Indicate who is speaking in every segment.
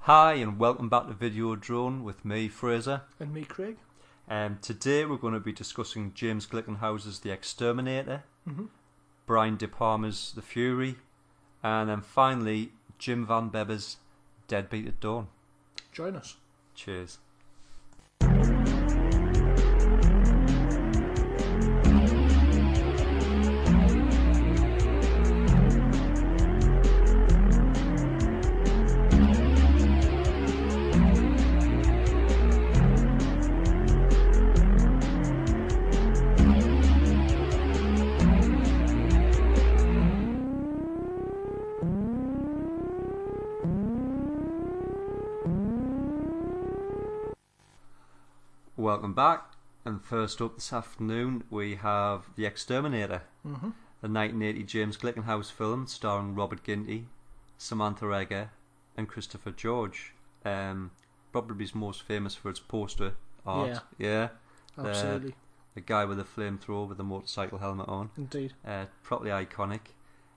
Speaker 1: Hi and welcome back to Video Drone with me, Fraser.
Speaker 2: And me, Craig.
Speaker 1: Um, today we're going to be discussing James Glickenhaus's The Exterminator, Brian De Palma's The Fury, and then finally Jim Van Beber's Deadbeat at Dawn.
Speaker 2: Join us.
Speaker 1: Cheers. Welcome back. And first up this afternoon, we have The Exterminator,
Speaker 2: Mm-hmm.
Speaker 1: the 1980 James Glickenhaus film starring Robert Ginty, Samantha Egger, and Christopher George. Um, probably is most famous for its poster art. Yeah. Uh,
Speaker 2: Absolutely.
Speaker 1: The guy with the flamethrower with the motorcycle helmet on.
Speaker 2: Indeed.
Speaker 1: Uh, probably iconic.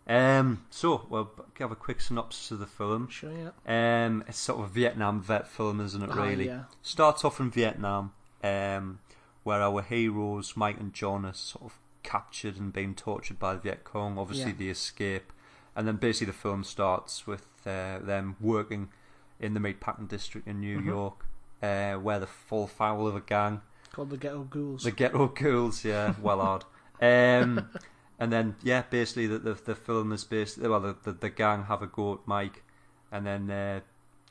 Speaker 1: Um, so, we'll b- have a quick synopsis of the film.
Speaker 2: Sure, yeah.
Speaker 1: Um, it's sort of a Vietnam vet film, isn't it,
Speaker 2: Ah,
Speaker 1: really?
Speaker 2: yeah.
Speaker 1: starts off in Vietnam, um, where our heroes Mike and John are sort of captured and being tortured by the Viet Cong. Obviously,
Speaker 2: Yeah.
Speaker 1: they escape, and then basically the film starts with uh, them working in the Meatpacking district in New
Speaker 2: Mhm.
Speaker 1: York, uh, where they fall foul of a gang,
Speaker 2: Called the Ghetto Ghouls.
Speaker 1: the ghetto ghouls. Yeah, well odd. Um, and then yeah, basically the the, the film is based. Well, the, the the gang have a go at Mike, and then. Uh,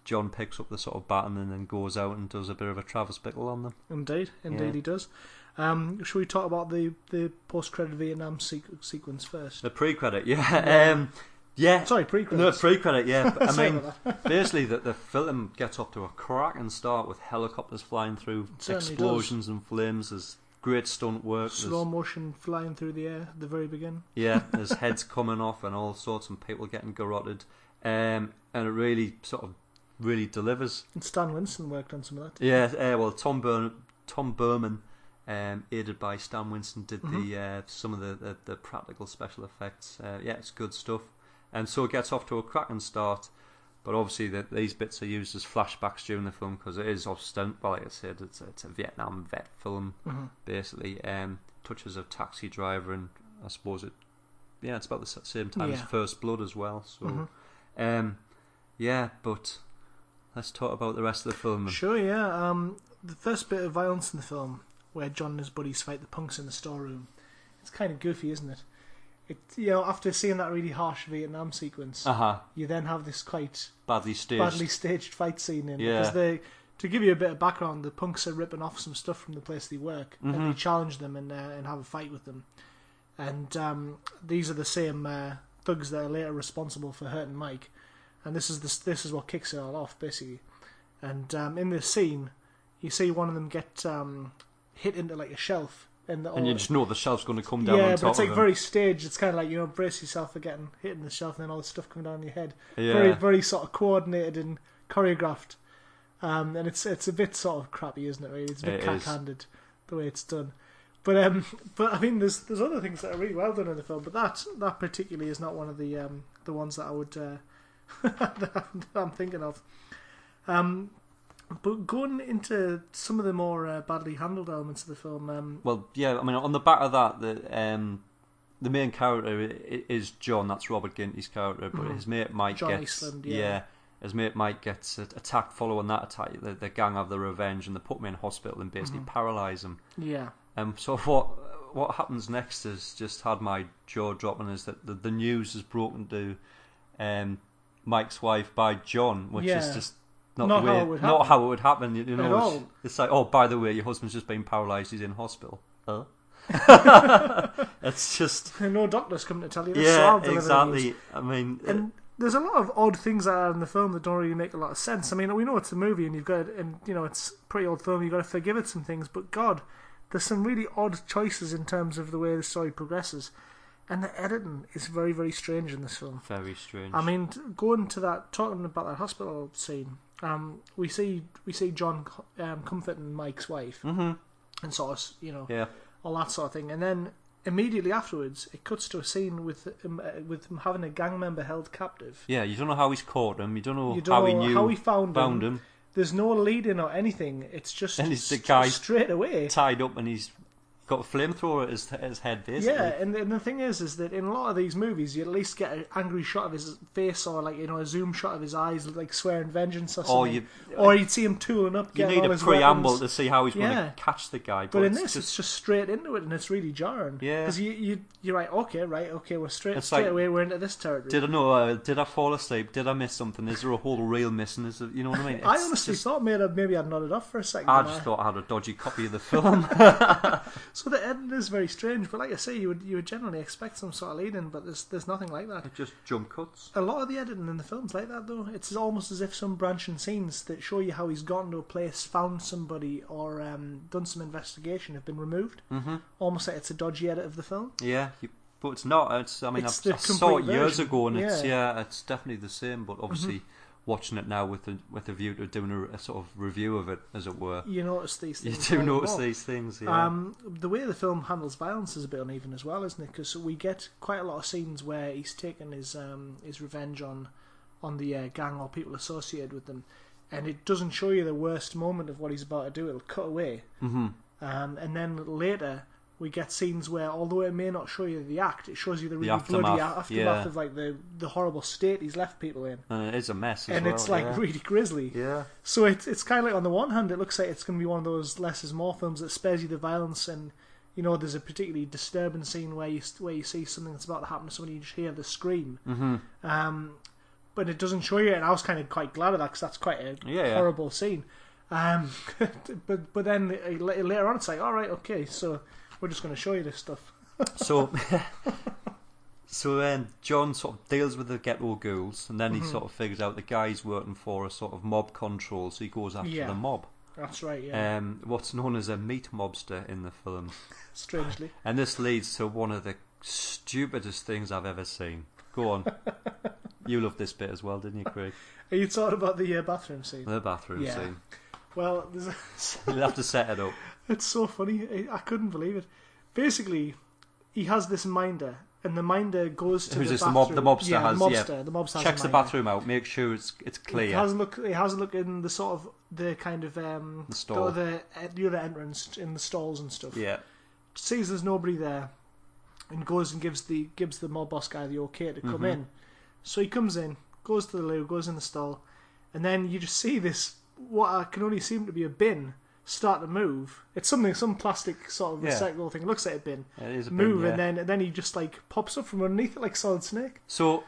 Speaker 1: John picks up the sort of baton and then goes out and does a bit of a Travis Bickle on them.
Speaker 2: Indeed. Indeed,
Speaker 1: Yeah.
Speaker 2: he does. Um, should we talk about the, the post credit Vietnam sequ- sequence first?
Speaker 1: The pre-credit, yeah, um, yeah.
Speaker 2: Sorry, pre credit.
Speaker 1: No pre-credit, yeah. But, I
Speaker 2: Sorry
Speaker 1: mean,
Speaker 2: about that.
Speaker 1: basically, that the film gets off to a cracking start with helicopters flying through,
Speaker 2: It certainly
Speaker 1: explosions and flames. There's great stunt work. There's,
Speaker 2: slow motion flying through the air at the very beginning.
Speaker 1: yeah, there's heads coming off and all sorts, and people getting garroted. Um, and it really sort of really delivers.
Speaker 2: And Stan Winston worked on some of that.
Speaker 1: Yeah, uh, well, Tom Burn, Tom Berman, um, aided by Stan Winston, did the uh, some of the, the, the practical special effects. Uh, yeah, it's good stuff, and so it gets off to a cracking start. But obviously, that these bits are used as flashbacks during the film because it is ostensibly, well, like I said, it's a, it's a Vietnam vet film
Speaker 2: Mm-hmm.
Speaker 1: basically. Um, touches of Taxi Driver, and I suppose it, yeah, it's about the s- same time as
Speaker 2: Yeah.
Speaker 1: First Blood as well. So,
Speaker 2: Mm-hmm.
Speaker 1: um, yeah, but let's talk about the rest of the film.
Speaker 2: Sure, yeah. Um, the first bit of violence in the film, where John and his buddies fight the punks in the storeroom, it's kind of goofy, isn't it? It you know after seeing that really harsh Vietnam sequence,
Speaker 1: Uh huh.
Speaker 2: you then have this quite
Speaker 1: badly staged.
Speaker 2: badly staged fight scene in
Speaker 1: Yeah.
Speaker 2: because they to give you a bit of background, the punks are ripping off some stuff from the place they work, and
Speaker 1: Mhm.
Speaker 2: they challenge them and uh, and have a fight with them. And um, these are the same uh, thugs that are later responsible for hurting Mike, and this is this this is what kicks it all off basically. And um, in this scene, you see one of them get um, hit into like a shelf, and, the,
Speaker 1: And you
Speaker 2: or-
Speaker 1: just know the shelf's going to come down
Speaker 2: yeah,
Speaker 1: on
Speaker 2: but
Speaker 1: top
Speaker 2: it's like
Speaker 1: of
Speaker 2: very staged. It's kind of like you know brace yourself for getting hit in the shelf, and then all this stuff coming down your head
Speaker 1: him. Yeah.
Speaker 2: very very sort of coordinated and choreographed um and it's it's a bit sort of crappy isn't it really it's a bit
Speaker 1: It is.
Speaker 2: cack-handed the way it's done but um but i mean there's there's other things that are really well done in the film but that that particularly is not one of the um the ones that i would uh that I'm- that i'm thinking of um but going into some of the more uh, badly handled elements of the film um
Speaker 1: Well, yeah. I mean, on the back of that, the um, the main character i- i- is John. That's Robert Ginty's character, but
Speaker 2: Mhm.
Speaker 1: his mate Mike
Speaker 2: John
Speaker 1: gets
Speaker 2: Iceland, yeah.
Speaker 1: his mate Mike gets a- attacked following that attack. The, the gang have the revenge and they put him in hospital and basically
Speaker 2: Mhm.
Speaker 1: paralyze him.
Speaker 2: yeah
Speaker 1: Um, so what what happens next is just had my jaw dropping is that the, the news is broken to um, Mike's wife by John, which
Speaker 2: Yeah.
Speaker 1: is just not,
Speaker 2: Not
Speaker 1: the way,
Speaker 2: how it would
Speaker 1: not
Speaker 2: happen.
Speaker 1: how it would happen. You, you
Speaker 2: At
Speaker 1: know,
Speaker 2: all.
Speaker 1: It's, it's like oh, by the way, your husband's just been paralysed. He's in hospital. Huh? it's just
Speaker 2: no doctors coming to tell you this so I'll
Speaker 1: yeah,
Speaker 2: deliver the news.
Speaker 1: exactly. I mean, uh,
Speaker 2: and there's a lot of odd things that are in the film that don't really make a lot of sense. I mean, we know it's a movie, and you've got, and you know, it's a pretty old film. You've got to forgive it some things, but God, there's some really odd choices in terms of the way the story progresses, and the editing is very, very strange in this film.
Speaker 1: very strange.
Speaker 2: I mean, t- going to that, talking about that hospital scene, um, we see we see John um, comforting Mike's wife
Speaker 1: hmm
Speaker 2: and sort of, you know,
Speaker 1: yeah,
Speaker 2: all that sort of thing. And then immediately afterwards, it cuts to a scene with him, uh, with him having a gang member held captive.
Speaker 1: Yeah, you don't know how he's caught him. You don't know
Speaker 2: You don't
Speaker 1: how
Speaker 2: know
Speaker 1: he knew
Speaker 2: how he found,
Speaker 1: found
Speaker 2: him.
Speaker 1: him.
Speaker 2: There's no leading or anything. It's just
Speaker 1: And it's the
Speaker 2: st-
Speaker 1: guy-
Speaker 2: straight away.
Speaker 1: Tied up and he's got a flamethrower at his, at his head basically.
Speaker 2: Yeah, and, and the thing is, is that in a lot of these movies, you at least get an angry shot of his face or like you know a zoom shot of his eyes, like swearing vengeance or something.
Speaker 1: Or you-
Speaker 2: or you'd see him tooling up.
Speaker 1: You
Speaker 2: getting
Speaker 1: need
Speaker 2: all
Speaker 1: a
Speaker 2: his
Speaker 1: preamble
Speaker 2: weapons.
Speaker 1: to see how he's
Speaker 2: Yeah.
Speaker 1: going to catch the guy. But,
Speaker 2: But in
Speaker 1: it's
Speaker 2: this,
Speaker 1: just,
Speaker 2: it's just straight into it, and it's really jarring.
Speaker 1: Yeah.
Speaker 2: because you you you're like, okay, right, okay, we're straight
Speaker 1: It's
Speaker 2: straight
Speaker 1: like-
Speaker 2: away, we're into this territory.
Speaker 1: did I know? Uh, did I fall asleep? Did I miss something? Is there a whole reel missing? Is there, you know what I mean?
Speaker 2: I
Speaker 1: It's
Speaker 2: honestly
Speaker 1: just-
Speaker 2: thought maybe, maybe I'd nodded off for a second.
Speaker 1: I
Speaker 2: and
Speaker 1: just
Speaker 2: I-
Speaker 1: thought I had a dodgy copy of the film.
Speaker 2: So the end is very strange, but like I say, you would you would generally expect some sort of leading, but there's there's nothing like that.
Speaker 1: just jump cuts.
Speaker 2: A lot of the editing in the film's like that though. It's almost as if some branching scenes that show you how he's gotten to a place, found somebody, or um, done some investigation have been removed.
Speaker 1: hmm
Speaker 2: Almost like it's a dodgy edit of the film.
Speaker 1: Yeah, you, but it's not. It's I mean,
Speaker 2: It's
Speaker 1: I,
Speaker 2: the
Speaker 1: I saw it
Speaker 2: complete
Speaker 1: years
Speaker 2: version.
Speaker 1: ago, and it's
Speaker 2: Yeah. Mm-hmm.
Speaker 1: yeah, it's definitely the same. But obviously, watching it now with a, with a view to doing a, a sort of review of it, as it were,
Speaker 2: You notice these
Speaker 1: you
Speaker 2: things. "Oh,
Speaker 1: do
Speaker 2: more and
Speaker 1: notice
Speaker 2: more.
Speaker 1: these things. Yeah,
Speaker 2: Um, the way the film handles violence is a bit uneven as well, isn't it? Because we get quite a lot of scenes where he's taken his um, his revenge on on the uh, gang or people associated with them, and it doesn't show you the worst moment of what he's about to do. It'll cut away,
Speaker 1: hmm
Speaker 2: um, and then later we get scenes where, although it may not show you the act, it shows you the really bloody
Speaker 1: aftermath,
Speaker 2: a- aftermath
Speaker 1: yeah.
Speaker 2: of like the the horrible state he's left people in,
Speaker 1: and it is a mess. As
Speaker 2: and
Speaker 1: well,
Speaker 2: it's like
Speaker 1: yeah.
Speaker 2: really grisly.
Speaker 1: yeah.
Speaker 2: So it's it's kind of like on the one hand, it looks like it's going to be one of those less is more films that spares you the violence, and you know there's a particularly disturbing scene where you where you see something that's about to happen to somebody, you just hear the scream.
Speaker 1: Mhm.
Speaker 2: Um, but it doesn't show you, and I was kind of quite glad of that because that's quite a
Speaker 1: Yeah, yeah.
Speaker 2: horrible scene. Um, but but then uh, la- later on, it's like all right, okay, so we're just going to show you this stuff.
Speaker 1: So, so then John sort of deals with the ghetto ghouls, and then
Speaker 2: Mm-hmm.
Speaker 1: he sort of figures out the guy's working for a sort of mob control, so he goes after
Speaker 2: Yeah.
Speaker 1: the mob.
Speaker 2: That's right, yeah.
Speaker 1: Um, what's known as a meat mobster in the film,
Speaker 2: Strangely,
Speaker 1: and this leads to one of the stupidest things I've ever seen. Go on, you loved this bit as well, didn't you, Craig?
Speaker 2: are you talking about the uh, bathroom scene?
Speaker 1: The bathroom
Speaker 2: Yeah.
Speaker 1: scene.
Speaker 2: Well, there's. A,
Speaker 1: You'll have to set it up.
Speaker 2: It's so funny. I I couldn't believe it. Basically, he has this minder, and the minder goes to
Speaker 1: Who's
Speaker 2: the
Speaker 1: this? The mob-
Speaker 2: bathroom.
Speaker 1: the mobster
Speaker 2: yeah,
Speaker 1: has-
Speaker 2: the
Speaker 1: yeah.
Speaker 2: mobster. The mobster has
Speaker 1: Checks
Speaker 2: a
Speaker 1: the
Speaker 2: minder.
Speaker 1: bathroom out, make sure it's it's
Speaker 2: He
Speaker 1: clear.
Speaker 2: has a look. He has a look in the sort of the kind of um
Speaker 1: The stall.
Speaker 2: the other, uh, the other entrance in the stalls and stuff.
Speaker 1: Yeah,
Speaker 2: Sees there's nobody there, and goes and gives the gives the mob boss guy the okay to come
Speaker 1: Mhm.
Speaker 2: in. So he comes in, goes to the loo, goes in the stall, and then you just see this what I can only seem to be a bin start to move. It's something, some plastic sort of
Speaker 1: Yeah.
Speaker 2: recyclable thing. It looks like a bin
Speaker 1: it is a bit,
Speaker 2: move,
Speaker 1: yeah.
Speaker 2: and then and then he just like pops up from underneath it like Solid Snake.
Speaker 1: So,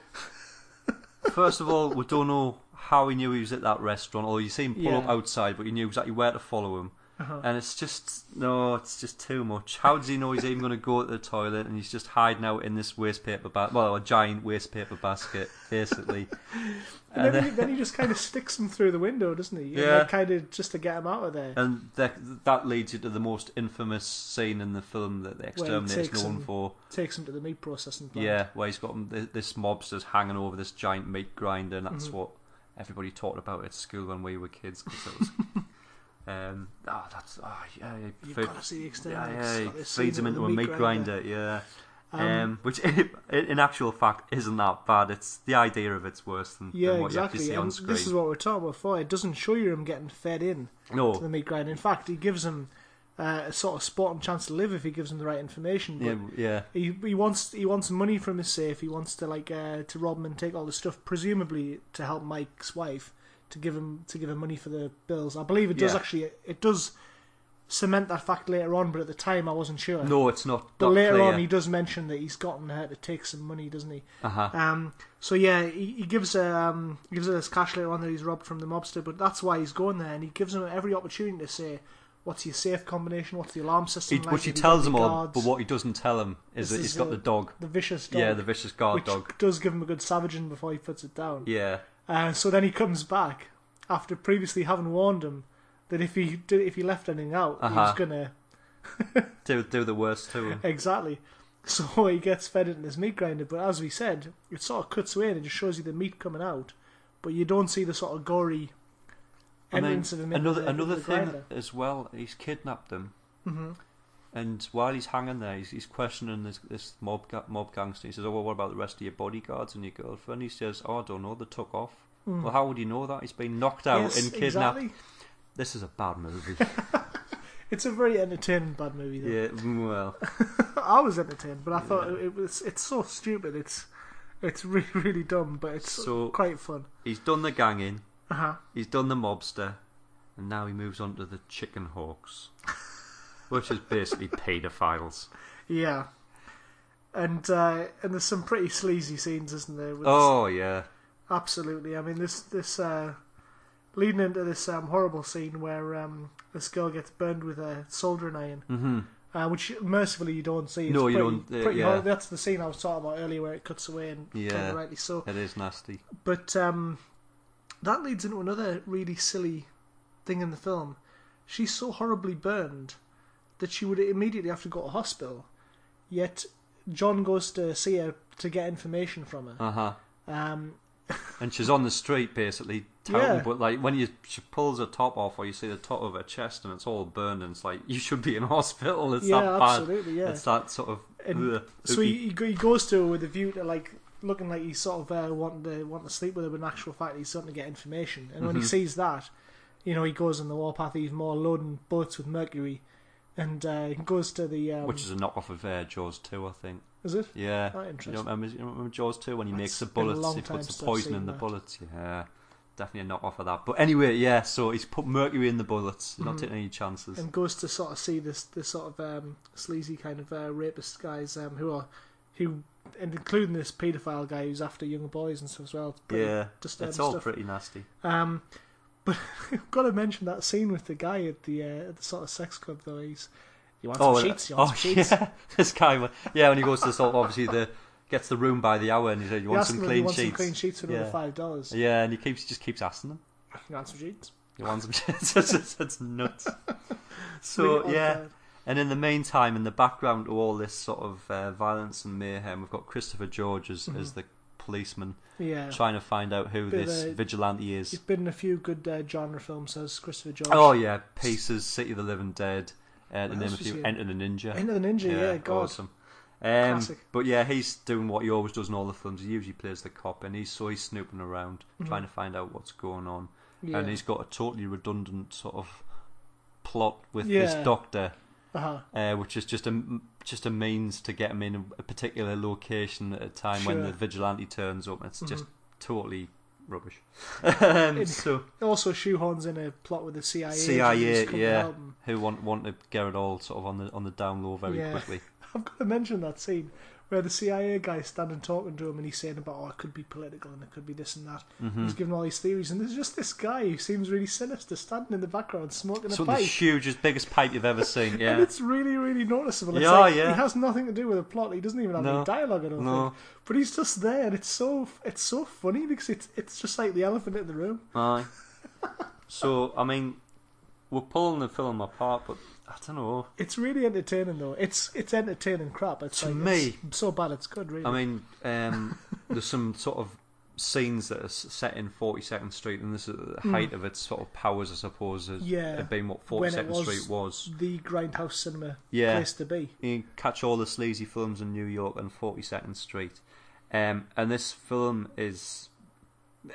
Speaker 1: first of all, we don't know how he knew he was at that restaurant, or you see him pull up
Speaker 2: Yeah.
Speaker 1: outside, but you knew exactly where to follow him.
Speaker 2: Uh-huh.
Speaker 1: And it's just no, it's just too much. How does he know he's even going to go to the toilet? And he's just hiding out in this waste paper ba- well, a giant waste paper basket, basically.
Speaker 2: And,
Speaker 1: and
Speaker 2: then,
Speaker 1: then,
Speaker 2: he, then he just kind of sticks him through the window, doesn't he? And,
Speaker 1: Yeah.
Speaker 2: like, kind of just to get him out of there.
Speaker 1: and that, that leads you to the most infamous scene in the film that the exterminator is
Speaker 2: takes
Speaker 1: known
Speaker 2: him-
Speaker 1: for.
Speaker 2: Takes him to the meat processing plant.
Speaker 1: Yeah, where he's got him- th- this mobster's hanging over this giant meat grinder, and that's
Speaker 2: Mhm.
Speaker 1: what everybody talked about at school when we were kids. 'cause it was, um, oh, that's oh, yeah, yeah,
Speaker 2: You've
Speaker 1: fe-
Speaker 2: got to see the extent.
Speaker 1: yeah,
Speaker 2: it's
Speaker 1: yeah,
Speaker 2: got
Speaker 1: he
Speaker 2: this
Speaker 1: feeds
Speaker 2: scene
Speaker 1: him
Speaker 2: with
Speaker 1: into a
Speaker 2: the
Speaker 1: meat grinder, yeah. Um,
Speaker 2: Um,
Speaker 1: which, in, in actual fact, isn't that bad. It's the idea of it's worse than,
Speaker 2: yeah,
Speaker 1: than what
Speaker 2: exactly.
Speaker 1: you
Speaker 2: and
Speaker 1: actually see on
Speaker 2: this is
Speaker 1: screen.
Speaker 2: what we're talking about before. It doesn't show you him getting fed in to the
Speaker 1: No,
Speaker 2: meat grinder. In fact, he gives him uh, a sort of spot and chance to live if he gives him the right information. But
Speaker 1: yeah, yeah,
Speaker 2: He, he wants he wants money from his safe. He wants to like uh, to rob him and take all the stuff, presumably to help Mike's wife to give him to give him money for the bills. I believe it does
Speaker 1: Yeah.
Speaker 2: actually it does cement that fact later on, but at the time I wasn't sure.
Speaker 1: no, it's not.
Speaker 2: but
Speaker 1: not
Speaker 2: later
Speaker 1: clear.
Speaker 2: on he does mention that he's gotten her to take some money, doesn't he?
Speaker 1: uh-huh.
Speaker 2: Um, so yeah, he, he gives her, um gives her this cash later on that he's robbed from the mobster, but that's why he's going there, and he gives him every opportunity to say. What's your safe combination? What's the alarm
Speaker 1: he,
Speaker 2: system? like?
Speaker 1: which he
Speaker 2: Have you got
Speaker 1: tells
Speaker 2: any
Speaker 1: them all,
Speaker 2: guards?"
Speaker 1: but what he doesn't tell him is
Speaker 2: This
Speaker 1: that
Speaker 2: is
Speaker 1: he's got
Speaker 2: a-
Speaker 1: the dog.
Speaker 2: the vicious dog.
Speaker 1: Yeah, the vicious guard
Speaker 2: which
Speaker 1: dog.
Speaker 2: does give him a good savaging before he puts it down.
Speaker 1: Yeah.
Speaker 2: Uh, so then he comes back after previously having warned him that if he did, if he left anything out, he was
Speaker 1: Uh-huh.
Speaker 2: gonna
Speaker 1: do do the worst to him.
Speaker 2: exactly. So he gets fed it in his meat grinder, but as we said, it sort of cuts away and it just shows you the meat coming out, but you don't see the sort of gory
Speaker 1: And then
Speaker 2: entrance of him. in
Speaker 1: another
Speaker 2: the,
Speaker 1: another
Speaker 2: in the
Speaker 1: thing Mm-hmm.
Speaker 2: grinder.
Speaker 1: as well, he's kidnapped them.
Speaker 2: Mhm.
Speaker 1: And while he's hanging there, he's, he's questioning this, this mob ga- mob gangster. He says, "Oh, well, what about the rest of your bodyguards and your girlfriend?" He says, "Oh, I don't know. They took off." Well, how would you know that? He's been knocked out
Speaker 2: Hmm. Yes,
Speaker 1: and kidnapped.
Speaker 2: exactly.
Speaker 1: This is a bad movie.
Speaker 2: It's a very entertaining bad movie. Though.
Speaker 1: yeah, well,
Speaker 2: I was entertained, but I thought
Speaker 1: Yeah.
Speaker 2: it, it was. It's so stupid. It's it's really really dumb, but it's
Speaker 1: So-
Speaker 2: quite fun.
Speaker 1: he's done the ganging,
Speaker 2: Uh huh.
Speaker 1: he's done the mobster, and now he moves on to the chicken hawks, which is basically paedophiles.
Speaker 2: Yeah. And uh, and there's some pretty sleazy scenes, isn't there? With
Speaker 1: Oh yeah,
Speaker 2: Absolutely. I mean, this this uh, leading into this um, horrible scene where um, this girl gets burned with a soldering iron,
Speaker 1: hmm
Speaker 2: uh, which mercifully you don't see. It's
Speaker 1: No, you
Speaker 2: pretty,
Speaker 1: don't, uh,
Speaker 2: pretty
Speaker 1: yeah.
Speaker 2: hor- That's the scene I was talking about earlier, where it cuts away and
Speaker 1: Yeah.
Speaker 2: kinda rightly so.
Speaker 1: it is nasty.
Speaker 2: But um, that leads into another really silly thing in the film. She's so horribly burned that she would immediately have to go to hospital. Yet John goes to see her to get information from her.
Speaker 1: Uh huh.
Speaker 2: Um,
Speaker 1: And she's on the street basically, touting,
Speaker 2: Yeah.
Speaker 1: but like when you she pulls her top off, or you see the top of her chest, and it's all burned, and it's like you should be in hospital. It's
Speaker 2: yeah,
Speaker 1: that bad.
Speaker 2: absolutely. Yeah.
Speaker 1: It's that sort of.
Speaker 2: And
Speaker 1: ugh,
Speaker 2: so he, he go- he goes to her with a view to like looking like he's sort of uh, wanting to want to sleep with her, but in actual fact he's starting to get information. And when he
Speaker 1: Mhm.
Speaker 2: sees that, you know, he goes on the warpath even more, loading boats with mercury, and uh, goes to the um,
Speaker 1: which is a knockoff of uh, Jaws 2, I think.
Speaker 2: is it?
Speaker 1: Yeah.
Speaker 2: Oh,
Speaker 1: You don't
Speaker 2: interesting.
Speaker 1: remember, you don't remember Jaws 2 when he
Speaker 2: That's
Speaker 1: makes the
Speaker 2: been a
Speaker 1: bullets,
Speaker 2: long
Speaker 1: he
Speaker 2: time
Speaker 1: puts
Speaker 2: since
Speaker 1: the
Speaker 2: I've
Speaker 1: poison in
Speaker 2: seen
Speaker 1: the
Speaker 2: that.
Speaker 1: bullets? Yeah. Definitely a knock-off of that. But anyway, yeah, so he's put mercury in the bullets. He's not
Speaker 2: Mhm.
Speaker 1: taking any chances.
Speaker 2: And goes to sort of see this this sort of um, sleazy kind of uh, rapist guys um, who are who and including this paedophile guy who's after young boys and stuff as well. It's pretty
Speaker 1: yeah.
Speaker 2: disturbing
Speaker 1: It's all
Speaker 2: stuff.
Speaker 1: pretty nasty.
Speaker 2: Um, but I've got to mention that scene with the guy at the uh, at the sort of sex club though. He's you want some
Speaker 1: and-
Speaker 2: sheets? You want
Speaker 1: oh,
Speaker 2: some sheets?
Speaker 1: yeah. This guy, wa- yeah, when he goes to sort of obviously the gets the room by the hour and he says, You
Speaker 2: You
Speaker 1: want
Speaker 2: ask
Speaker 1: some
Speaker 2: him if
Speaker 1: clean
Speaker 2: he wants some
Speaker 1: sheets?
Speaker 2: clean sheets for another
Speaker 1: Yeah.
Speaker 2: five dollars.
Speaker 1: Yeah, and he keeps just keeps asking them.
Speaker 2: You want some sheets?
Speaker 1: You want some sheets? it's, it's, it's nuts. So,
Speaker 2: Really uh,
Speaker 1: yeah.
Speaker 2: odd,
Speaker 1: And in the meantime, in the background to all this sort of uh, violence and mayhem, we've got Christopher George as, as the policeman
Speaker 2: uh, Mm-hmm. yeah.
Speaker 1: trying to find out who
Speaker 2: Bit of
Speaker 1: this
Speaker 2: a-
Speaker 1: vigilante is.
Speaker 2: He's been in a few good uh, genre films, says Christopher George.
Speaker 1: Oh yeah, Pieces, City of the Living Dead, uh, to
Speaker 2: What
Speaker 1: name
Speaker 2: else
Speaker 1: a
Speaker 2: was he
Speaker 1: few,
Speaker 2: in?
Speaker 1: Enter the Ninja.
Speaker 2: End of the Ninja, yeah, God.
Speaker 1: awesome. Um,
Speaker 2: Classic.
Speaker 1: but yeah, he's doing what he always does in all the films. He usually plays the cop, and he's so he's snooping around trying to find out what's going on,
Speaker 2: Mm-hmm. Yeah.
Speaker 1: and he's got a totally redundant sort of plot with
Speaker 2: Yeah.
Speaker 1: this doctor.
Speaker 2: uh-huh.
Speaker 1: uh, which is just a just a means to get him in a particular location at a time when
Speaker 2: Sure. Mm-hmm.
Speaker 1: the vigilante turns up. It's just totally rubbish.
Speaker 2: It-
Speaker 1: um, so
Speaker 2: Also shoehorns in a plot with the CIA. agent who's
Speaker 1: CIA,
Speaker 2: come to
Speaker 1: yeah,
Speaker 2: help him.
Speaker 1: who want want to get it all sort of on the on the down low very
Speaker 2: Yeah.
Speaker 1: quickly.
Speaker 2: I've got to mention that scene where the CIA guy's standing talking to him and he's saying about, oh, it could be political and it could be this and that.
Speaker 1: Mm-hmm.
Speaker 2: He's
Speaker 1: Hmm.
Speaker 2: giving all these theories, and there's just this guy who seems really sinister standing in the background smoking
Speaker 1: So
Speaker 2: a
Speaker 1: the
Speaker 2: pipe.
Speaker 1: hugest, biggest pipe you've ever seen.
Speaker 2: And
Speaker 1: Yeah,
Speaker 2: it's really, really noticeable. It's
Speaker 1: Yeah,
Speaker 2: like,
Speaker 1: yeah.
Speaker 2: He has nothing to do with the plot. He doesn't even have any
Speaker 1: No.
Speaker 2: dialogue, I don't
Speaker 1: No.
Speaker 2: think. But he's just there, and it's so it's so funny because it's it's just like the elephant in the room.
Speaker 1: aye. So I mean, we're pulling the film apart, but I don't know.
Speaker 2: It's really entertaining, though. It's it's entertaining crap. It's
Speaker 1: To
Speaker 2: like,
Speaker 1: me-
Speaker 2: it's so bad it's good. Really,
Speaker 1: I mean, um, there's some sort of scenes that are s- set in 42nd Street, and this is the height of its sort of powers, I suppose, has
Speaker 2: Hmm. Yeah.
Speaker 1: had been what
Speaker 2: When it
Speaker 1: 42nd
Speaker 2: was-
Speaker 1: Street was.
Speaker 2: the grindhouse cinema
Speaker 1: Yeah.
Speaker 2: place to be.
Speaker 1: You catch all the sleazy films in New York and 42nd Street, um, and this film is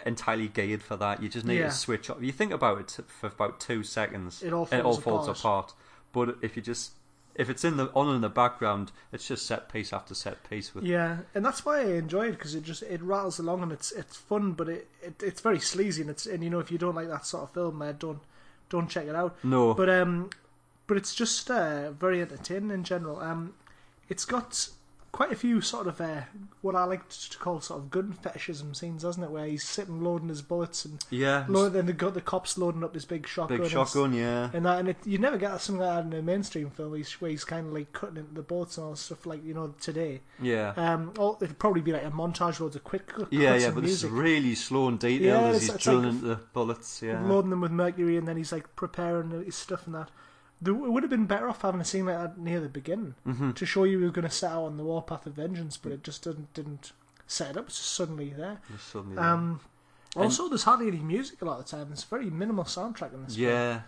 Speaker 1: entirely geared for that. You just need
Speaker 2: Yeah.
Speaker 1: to switch off. You think about it for about two seconds,
Speaker 2: It all
Speaker 1: and it all
Speaker 2: falls
Speaker 1: falls apart. But if you just if it's in the on in the background, it's just set piece after set piece with
Speaker 2: Yeah, and that's why I enjoy it because it just it rattles along and it's it's fun, but it, it it's very sleazy and it's and you know if you don't like that sort of film, uh, don't don't check it out.
Speaker 1: no.
Speaker 2: But um, but it's just uh, very entertaining in general. Um, it's got quite a few sort of uh, what I like to call sort of gun fetishism scenes, hasn't it? Where he's sitting loading his bullets and
Speaker 1: yeah,
Speaker 2: load, then the got the cops loading up his big shotgun.
Speaker 1: big
Speaker 2: and
Speaker 1: shotgun, yeah.
Speaker 2: and that, and it, you never get something like that in a mainstream film where he's, where he's kind of like cutting into the bullets and all stuff like you know today.
Speaker 1: Yeah.
Speaker 2: Um, all, it'd probably be like a montage loads of quick cu- cuts
Speaker 1: yeah, yeah,
Speaker 2: of
Speaker 1: but this is
Speaker 2: music,
Speaker 1: really slow and detailed
Speaker 2: Yeah,
Speaker 1: as
Speaker 2: it's-
Speaker 1: he's
Speaker 2: it's
Speaker 1: drilling
Speaker 2: like-
Speaker 1: into the bullets. Yeah.
Speaker 2: loading them with mercury, and then he's like preparing his stuff and that. There, it would have been better off having a scene like that near the beginning to show you we were going to set out on the warpath of vengeance, but it just didn't didn't set it up. It's just suddenly there.
Speaker 1: Just suddenly-
Speaker 2: Um, also, there's hardly any music a lot of the time. There's very minimal soundtrack in this. film.
Speaker 1: yeah.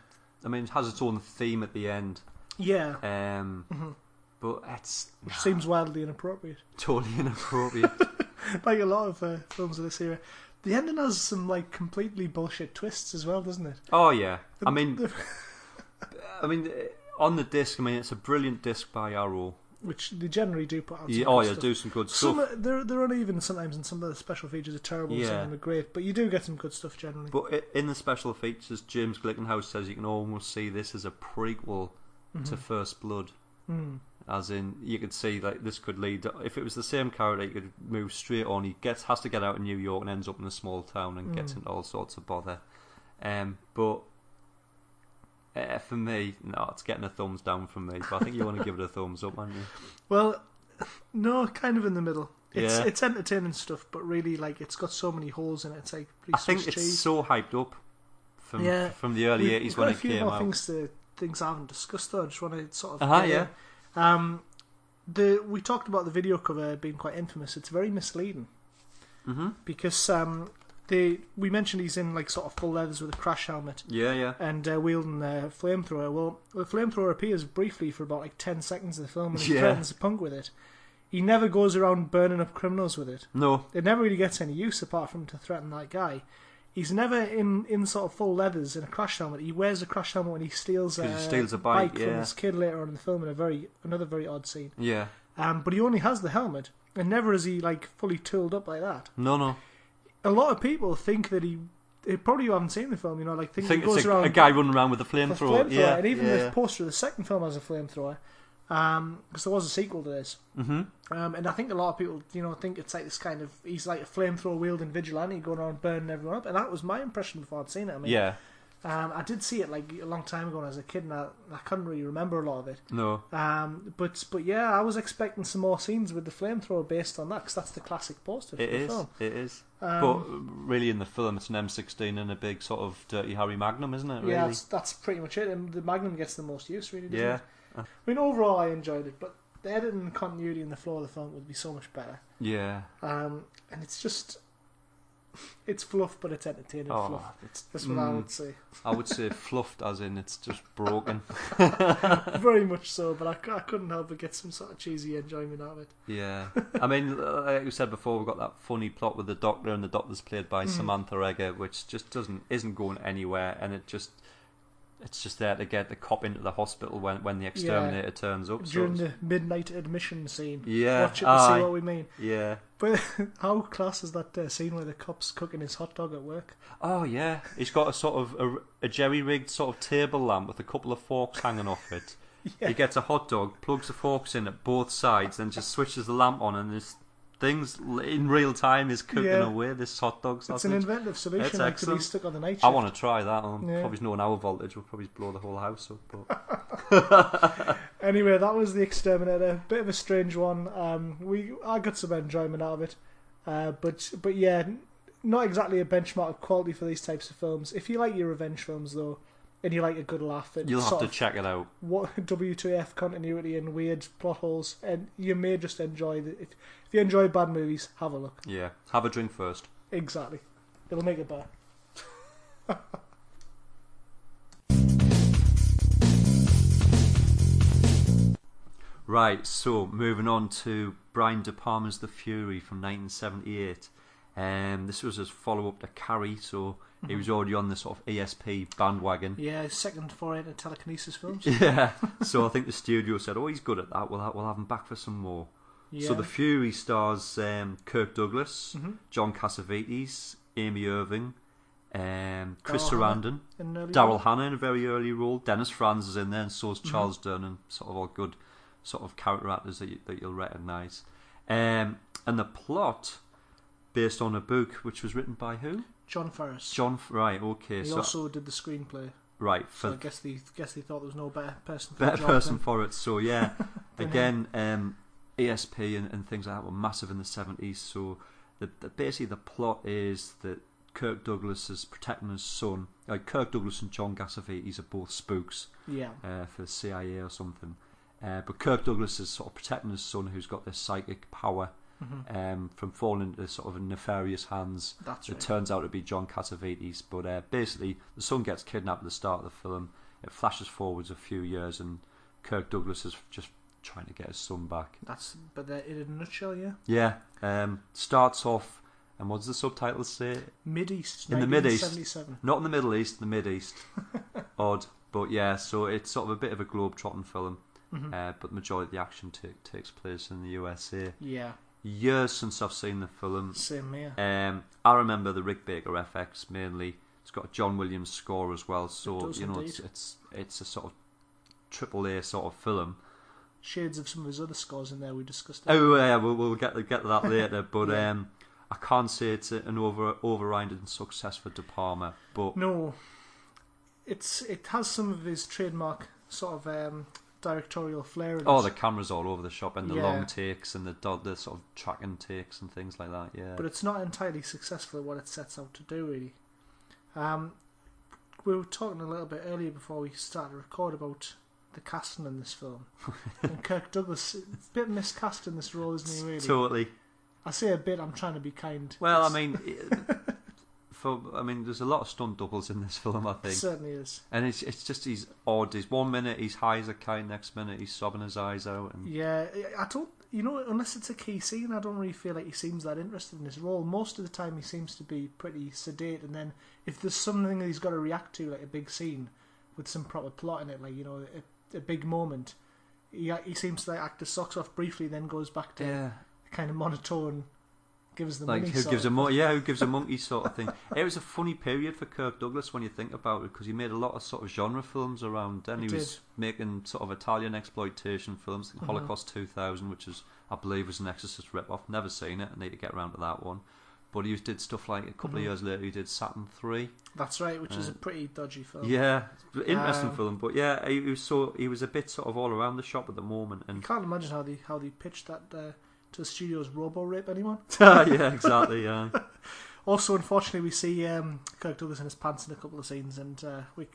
Speaker 1: I mean, it has its own theme at the end.
Speaker 2: Yeah. Mm-hmm.
Speaker 1: Um, But it's
Speaker 2: Which seems wildly inappropriate.
Speaker 1: totally inappropriate.
Speaker 2: Like a lot of uh, films of this era. The ending has some like completely bullshit twists as well, doesn't it?
Speaker 1: oh yeah, I mean,
Speaker 2: The-
Speaker 1: I mean, eh, on the disc, I mean, it's a brilliant disc by Arrow.
Speaker 2: Which they generally do put out. some
Speaker 1: Yeah,
Speaker 2: good
Speaker 1: oh yeah,
Speaker 2: stuff.
Speaker 1: do some good
Speaker 2: Some
Speaker 1: stuff.
Speaker 2: are- they're they're uneven sometimes, and some of the special features are terrible.
Speaker 1: Yeah.
Speaker 2: Some of them are great, but you do get some good stuff generally.
Speaker 1: But i- in the special features, James Glickenhaus says you can almost see this as a prequel to First Blood.
Speaker 2: Mm-hmm. Mm.
Speaker 1: As in, you could see like this could lead. If it was the same character, he could move straight on. He gets has to get out of New York and ends up in a small town and gets
Speaker 2: Mm.
Speaker 1: into all sorts of bother. Um, but uh, for me, no, it's getting a thumbs down from me. But I think you want to give it a thumbs up, aren't you?
Speaker 2: Well, no, kind of in the middle. It's
Speaker 1: Yeah.
Speaker 2: it's entertaining stuff, but really, like it's got so many holes in it. It's like
Speaker 1: I think
Speaker 2: Swiss
Speaker 1: it's
Speaker 2: cheese.
Speaker 1: so hyped up from
Speaker 2: Yeah.
Speaker 1: from the early
Speaker 2: We've-
Speaker 1: eighties
Speaker 2: we've
Speaker 1: when
Speaker 2: got
Speaker 1: it
Speaker 2: a few
Speaker 1: came
Speaker 2: more
Speaker 1: out.
Speaker 2: things to things I haven't discussed though. I just want to sort of
Speaker 1: Uh-huh,
Speaker 2: get
Speaker 1: yeah.
Speaker 2: in. Um, the we talked about the video cover being quite infamous. It's very misleading
Speaker 1: hmm
Speaker 2: because um, they we mentioned he's in like sort of full leathers with a crash helmet.
Speaker 1: Yeah, yeah.
Speaker 2: and uh, wielding a flamethrower. Well, the flamethrower appears briefly for about like 10 seconds of the film and he
Speaker 1: Yeah.
Speaker 2: threatens a punk with it. He never goes around burning up criminals with it.
Speaker 1: No,
Speaker 2: It never really gets any use apart from to threaten that guy. He's never in, in sort of full leathers in a crash helmet. He wears a crash helmet when he steals,
Speaker 1: 'Cause he
Speaker 2: uh,
Speaker 1: steals a bike,
Speaker 2: from
Speaker 1: yeah.
Speaker 2: this kid later on in the film in a very another very odd scene.
Speaker 1: yeah,
Speaker 2: Um, but he only has the helmet, and never is he like fully tooled up like that
Speaker 1: no, no.
Speaker 2: a lot of people think that he, they probably haven't seen the film, you know, like
Speaker 1: I
Speaker 2: think,
Speaker 1: think
Speaker 2: he goes
Speaker 1: it's a,
Speaker 2: around
Speaker 1: a guy running around with a
Speaker 2: with a
Speaker 1: flamethrower. yeah,
Speaker 2: and even
Speaker 1: yeah.
Speaker 2: the poster of the second film has a flamethrower, because there was a sequel to this.
Speaker 1: hmm
Speaker 2: Um, and I think a lot of people, you know, think it's like this kind of he's like a flamethrower wielding vigilante going around burning everyone up, and that was my impression before I'd seen it. I mean,
Speaker 1: Yeah,
Speaker 2: um, I did see it like a long time ago when I was a kid, and I, I couldn't really remember a lot of it.
Speaker 1: no.
Speaker 2: Um, but but yeah, I was expecting some more scenes with the flamethrower based on that, because that's the classic poster for
Speaker 1: It
Speaker 2: the
Speaker 1: is.
Speaker 2: film.
Speaker 1: It is.
Speaker 2: Um,
Speaker 1: but really, in the film, it's an M16 and a big sort of dirty Harry Magnum, isn't it? Really?
Speaker 2: Yeah, that's, that's pretty much it. And the Magnum gets the most use, really. Doesn't
Speaker 1: yeah.
Speaker 2: It? I mean, overall, I enjoyed it, but the editing and continuity and the flow of the film would be so much better.
Speaker 1: Yeah.
Speaker 2: Um, and it's just, it's fluff, but it's entertaining
Speaker 1: Oh,
Speaker 2: fluff.
Speaker 1: it's,
Speaker 2: That's what I
Speaker 1: mm,
Speaker 2: would say.
Speaker 1: I would say fluffed, as in it's just broken.
Speaker 2: Very much so, but I, cou- I couldn't help but get some sort of cheesy enjoyment out of it.
Speaker 1: Yeah. I mean, uh, like we said before, we've got that funny plot with the Doctor, and the Doctor's played
Speaker 2: Hmm.
Speaker 1: by Samantha Egger, which just doesn't isn't going anywhere, and it just it's just there to get the cop into the hospital when when the exterminator turns up. So
Speaker 2: During
Speaker 1: it's-
Speaker 2: the midnight admission scene.
Speaker 1: Yeah,
Speaker 2: Watch it to
Speaker 1: aye.
Speaker 2: see what we mean.
Speaker 1: yeah.
Speaker 2: But how class is that uh, scene where the cop's cooking his hot dog at work?
Speaker 1: Oh yeah, he's got a sort of a, a jerry-rigged sort of table lamp with a couple of forks hanging off it.
Speaker 2: Yeah.
Speaker 1: He gets a hot dog, plugs the forks in at both sides, then just switches the lamp on, and this things in real time is cooking
Speaker 2: Yeah.
Speaker 1: away. This hot dog
Speaker 2: It's an
Speaker 1: sausage.
Speaker 2: inventive solution
Speaker 1: It's
Speaker 2: like, to be
Speaker 1: excellent.
Speaker 2: stuck on the night shift.
Speaker 1: I want to try that. I'll
Speaker 2: Yeah.
Speaker 1: probably know an hour voltage will probably blow the whole house up. But
Speaker 2: Anyway, that was the Exterminator. Bit of a strange one. Um, we I got some enjoyment out of it, uh, but but yeah, n- not exactly a benchmark of quality for these types of films. If you like your revenge films though, and you like a good laugh at
Speaker 1: you'll have
Speaker 2: sort
Speaker 1: to
Speaker 2: of
Speaker 1: check it out.
Speaker 2: what WTF continuity and weird plot holes, and you may just enjoy the, if if you enjoy bad movies, have a look.
Speaker 1: Yeah, have a drink first.
Speaker 2: Exactly, it'll make it better.
Speaker 1: Right, so moving on to Brian De Palma's The Fury from 1978. Um, this was his follow up to Carrie, so he was already on the sort of ESP bandwagon.
Speaker 2: Yeah, second foray into telekinesis films.
Speaker 1: Yeah, so I think the studio said, "Oh, he's good at that. We'll ha- we'll have him back for some more."
Speaker 2: Yeah. Mm-hmm.
Speaker 1: So the Fury stars um, Kirk Douglas, John Cassavetes, Amy Irving, um, Chris
Speaker 2: Daryl
Speaker 1: Sarandon,
Speaker 2: In early
Speaker 1: Daryl Hannah in a very early role. Dennis Franz is in there, and so is Charles Dunn, and sort of all good sort of character actors that, you, that you'll recognise. Um, and the plot, based on a book which was written by who?
Speaker 2: John Ferris.
Speaker 1: John. Right. Okay.
Speaker 2: he
Speaker 1: so
Speaker 2: also did the screenplay.
Speaker 1: right
Speaker 2: So I
Speaker 1: for
Speaker 2: guess they guess they thought there was no better person. For the
Speaker 1: better
Speaker 2: job
Speaker 1: person
Speaker 2: than-
Speaker 1: for it. So yeah, again, um, ESP and, and things like that were massive in the seventies. So the, the basically the plot is that Kirk Douglas is protecting his son. Like Kirk Douglas and John Cassavetes are both spooks
Speaker 2: Yeah.
Speaker 1: uh, for the CIA or something. Uh, but Kirk Douglas is sort of protecting his son, who's got this psychic power,
Speaker 2: mm-hmm.
Speaker 1: um, from falling into sort of nefarious hands.
Speaker 2: That's
Speaker 1: It
Speaker 2: right.
Speaker 1: turns out to be John Cassavetes, but uh, basically the son gets kidnapped at the start of the film. It flashes forwards a few years, and Kirk Douglas is just trying to get his son back.
Speaker 2: That's but that in a nutshell, yeah.
Speaker 1: Yeah, um, starts off, and what does the subtitles say?
Speaker 2: Mid East
Speaker 1: In the Mid East.
Speaker 2: 1977.
Speaker 1: Not in the Middle East, the Mid East. Odd, but yeah. So it's sort of a bit of a globe-trotting film,
Speaker 2: Mm. Mm-hmm.
Speaker 1: uh, but the majority of the action ta- takes place in the USA.
Speaker 2: Yeah,
Speaker 1: Years since I've seen the film.
Speaker 2: same here.
Speaker 1: Um, I remember the Rick Baker FX mainly. It's got a John Williams score as well, so
Speaker 2: does
Speaker 1: you know
Speaker 2: indeed.
Speaker 1: it's, it's it's a sort of triple A sort of film.
Speaker 2: Shades of some of his other scores in there we discussed. it.
Speaker 1: Oh yeah, we'll, we'll get get to that later. But
Speaker 2: Yeah.
Speaker 1: um, I can't say it's an over overriding success for De Palma, but
Speaker 2: No, it's it has some of his trademark sort of um, directorial flair. In
Speaker 1: oh,
Speaker 2: it.
Speaker 1: the cameras all over the shop and the
Speaker 2: Yeah.
Speaker 1: long takes and the do- the sort of tracking takes and things like that. Yeah,
Speaker 2: but it's not entirely successful at what it sets out to do, really. Um, we were talking a little bit earlier before we started to record about the casting in this film. and Kirk Douglas, is a bit miscast in this role, isn't he, really?
Speaker 1: totally.
Speaker 2: I say a bit, I'm trying to be kind.
Speaker 1: Well, I
Speaker 2: It's-
Speaker 1: mean, it- for I mean, there's a lot of stunt doubles in this film. I
Speaker 2: it
Speaker 1: think.
Speaker 2: certainly is.
Speaker 1: And it's it's just he's odd. He's one minute he's high as a kite, next minute he's sobbing his eyes out. And
Speaker 2: Yeah, I- I don't. You know, unless it's a key scene, I don't really feel like he seems that interested in his role. Most of the time, he seems to be pretty sedate. And then, if there's something that he's got to react to, like a big scene with some proper plot in it, like you know, a, a big moment, he he seems to like act his socks off briefly, then goes back to
Speaker 1: yeah,
Speaker 2: kind of monotone. Gives the
Speaker 1: like
Speaker 2: money.
Speaker 1: who
Speaker 2: sort
Speaker 1: gives a
Speaker 2: of.
Speaker 1: monkey? Yeah, who gives a monkey sort of thing. It was a funny period for Kirk Douglas when you think about it, because he made a lot of sort of genre films around. Then
Speaker 2: He Mm-hmm.
Speaker 1: he was making sort of Italian exploitation films, like Holocaust 2000, which is I believe was an Exorcist ripoff. Never seen it. I need to get round to that one. But he did stuff like a couple of
Speaker 2: Mm-hmm.
Speaker 1: years later. He did Saturn Three.
Speaker 2: That's right, which is a
Speaker 1: Uh,
Speaker 2: pretty dodgy film.
Speaker 1: Yeah, interesting
Speaker 2: Um,
Speaker 1: film. But yeah, he was so he was a bit sort of all around the shop at the moment,
Speaker 2: I
Speaker 1: and
Speaker 2: can't imagine how they how they pitched that uh, to the studios. Robo rape anyone?
Speaker 1: yeah, exactly. Yeah,
Speaker 2: Also, unfortunately, we see um, Kirk Douglas in his pants in a couple of scenes, and uh, we,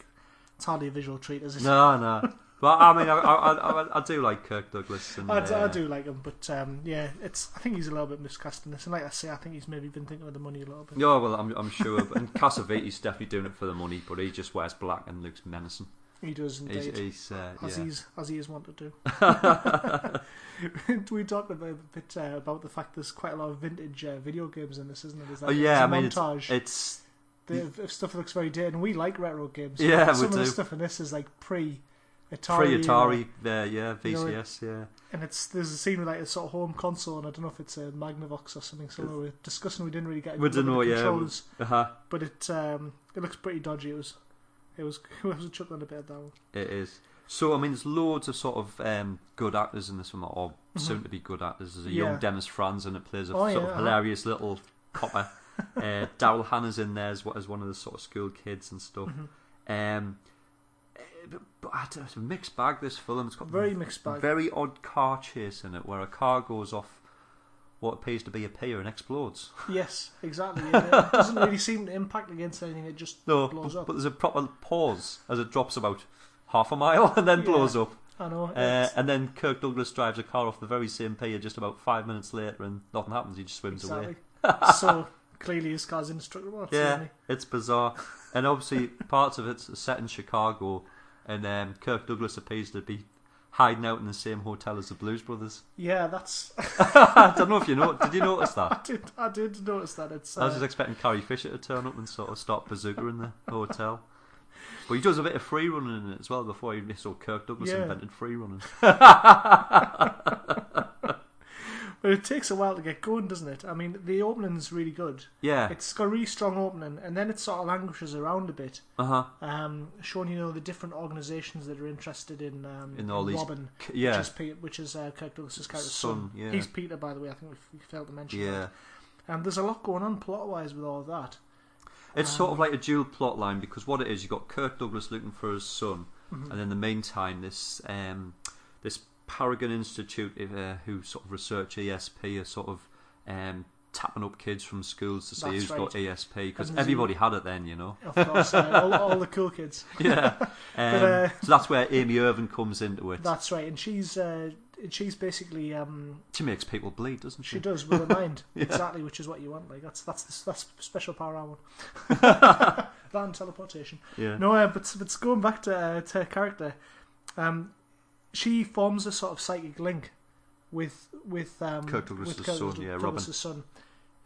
Speaker 2: it's hardly a visual treat, is it?
Speaker 1: no, no. But I mean, I, I, I, I do like Kirk Douglas. And,
Speaker 2: I, d- I
Speaker 1: uh,
Speaker 2: do like him, but um, yeah, it's. I think he's a little bit miscast in this, and like I say, I think he's maybe been thinking of the money a little bit.
Speaker 1: Yeah, well, I'm, I'm sure. And Cassavetes definitely doing it for the money, but he just wears black and looks menacing.
Speaker 2: He does
Speaker 1: He's,
Speaker 2: indeed,
Speaker 1: he's uh,
Speaker 2: as
Speaker 1: yeah.
Speaker 2: he's as he is wont to do. we talked about a bit uh, about the fact there's quite a lot of vintage uh, video games in this, isn't there? There's
Speaker 1: Oh
Speaker 2: like-
Speaker 1: yeah, I
Speaker 2: it's a
Speaker 1: mean, it's,
Speaker 2: montage.
Speaker 1: it's
Speaker 2: the, of stuff that looks very dated, and we like retro games.
Speaker 1: Yeah, we
Speaker 2: some of the
Speaker 1: do.
Speaker 2: stuff in this is like pre
Speaker 1: pre
Speaker 2: Atari, uh,
Speaker 1: Atari. There, yeah,
Speaker 2: You know,
Speaker 1: VCS. Yeah,
Speaker 2: And it's there's a scene with like a sort of home console, and I don't know if it's a Magnavox or something. So we were discussing we didn't really get a
Speaker 1: We
Speaker 2: good look
Speaker 1: didn't
Speaker 2: at the
Speaker 1: know, yeah.
Speaker 2: controls,
Speaker 1: uh-huh.
Speaker 2: but it um, it looks pretty dodgy. It was it was I was chuckling a bit at that one.
Speaker 1: it is. So I mean, there's loads of sort of um, good actors in this one, or soon to be good actors. There's a
Speaker 2: Mm-hmm. Yeah.
Speaker 1: young Dennis Franz, and it plays a
Speaker 2: Oh,
Speaker 1: sort
Speaker 2: yeah,
Speaker 1: of
Speaker 2: uh-huh.
Speaker 1: hilarious little copper. uh, Daryl Hannah's in there as, wh- as one of the sort of school kids and stuff.
Speaker 2: Mm-hmm.
Speaker 1: Um, eh, but, but I don't- it's a mixed bag. This film, it's got
Speaker 2: Very mixed bag.
Speaker 1: very odd car chase in it, where a car goes off what appears to be a pier and explodes.
Speaker 2: yes, exactly. yeah. it doesn't really seem to impact against anything. It just
Speaker 1: No,
Speaker 2: blows
Speaker 1: but,
Speaker 2: up.
Speaker 1: but there's a proper pause as it drops about half a mile and then
Speaker 2: Yeah.
Speaker 1: blows up.
Speaker 2: I know.
Speaker 1: Uh,
Speaker 2: it's-
Speaker 1: and then Kirk Douglas drives a car off the very same pier just about five minutes later, and nothing happens. He just swims
Speaker 2: exactly.
Speaker 1: away.
Speaker 2: so clearly his car's indestructible. it's
Speaker 1: Yeah,
Speaker 2: only-
Speaker 1: it's bizarre. And obviously, parts of it's set in Chicago, and um, Kirk Douglas appears to be hiding out in the same hotel as the Blues Brothers.
Speaker 2: yeah. That's
Speaker 1: I don't know if you know. Did you notice that?
Speaker 2: I did I did notice that. It's
Speaker 1: I was
Speaker 2: uh,
Speaker 1: just expecting Carrie Fisher to turn up and sort of start bazooka in the hotel. But he does a bit of free running in it as well before he so Kirk Douglas
Speaker 2: Yeah.
Speaker 1: invented free running.
Speaker 2: but it takes a while to get going, doesn't it? I mean, the opening's really good.
Speaker 1: Yeah.
Speaker 2: It's got a really strong opening, and then it sort of languishes around a bit,
Speaker 1: Uh huh.
Speaker 2: um, showing you know the different organisations that are interested in um,
Speaker 1: In all these-
Speaker 2: Robin,
Speaker 1: Yeah.
Speaker 2: which is Peter, which is uh, Kirk Douglas's character's
Speaker 1: Son,
Speaker 2: son.
Speaker 1: yeah.
Speaker 2: He's Peter, by the way. I think we f- failed to mention.
Speaker 1: Yeah.
Speaker 2: that. And there's a lot going on plot wise with all of that.
Speaker 1: It's
Speaker 2: Um,
Speaker 1: sort of like a dual plot line because what it is, you've got Kirk Douglas looking for his son, Mm-hmm.
Speaker 2: Mm-hmm.
Speaker 1: and in the meantime, this um, this Paragon Institute uh, who sort of research ESP are sort of um, tapping up kids from schools to see
Speaker 2: That's
Speaker 1: who's got ESP because
Speaker 2: And there's a-
Speaker 1: everybody had it then, you know.
Speaker 2: Of course, uh, all, all the cool kids.
Speaker 1: Yeah, um,
Speaker 2: uh,
Speaker 1: so that's where Amy Irvin comes into it.
Speaker 2: That's right, and she's uh, and she's basically um,
Speaker 1: She makes people bleed, doesn't she?
Speaker 2: she does with her mind exactly, which is what you want. Like that's that's the, that's special power I want. that and teleportation.
Speaker 1: Yeah,
Speaker 2: No, uh, but but going back to, uh, to her character, um, she forms a sort of psychic link with with um,
Speaker 1: Kirk Douglas's
Speaker 2: with
Speaker 1: son,
Speaker 2: Doug-
Speaker 1: yeah, Robin.
Speaker 2: Douglas's son,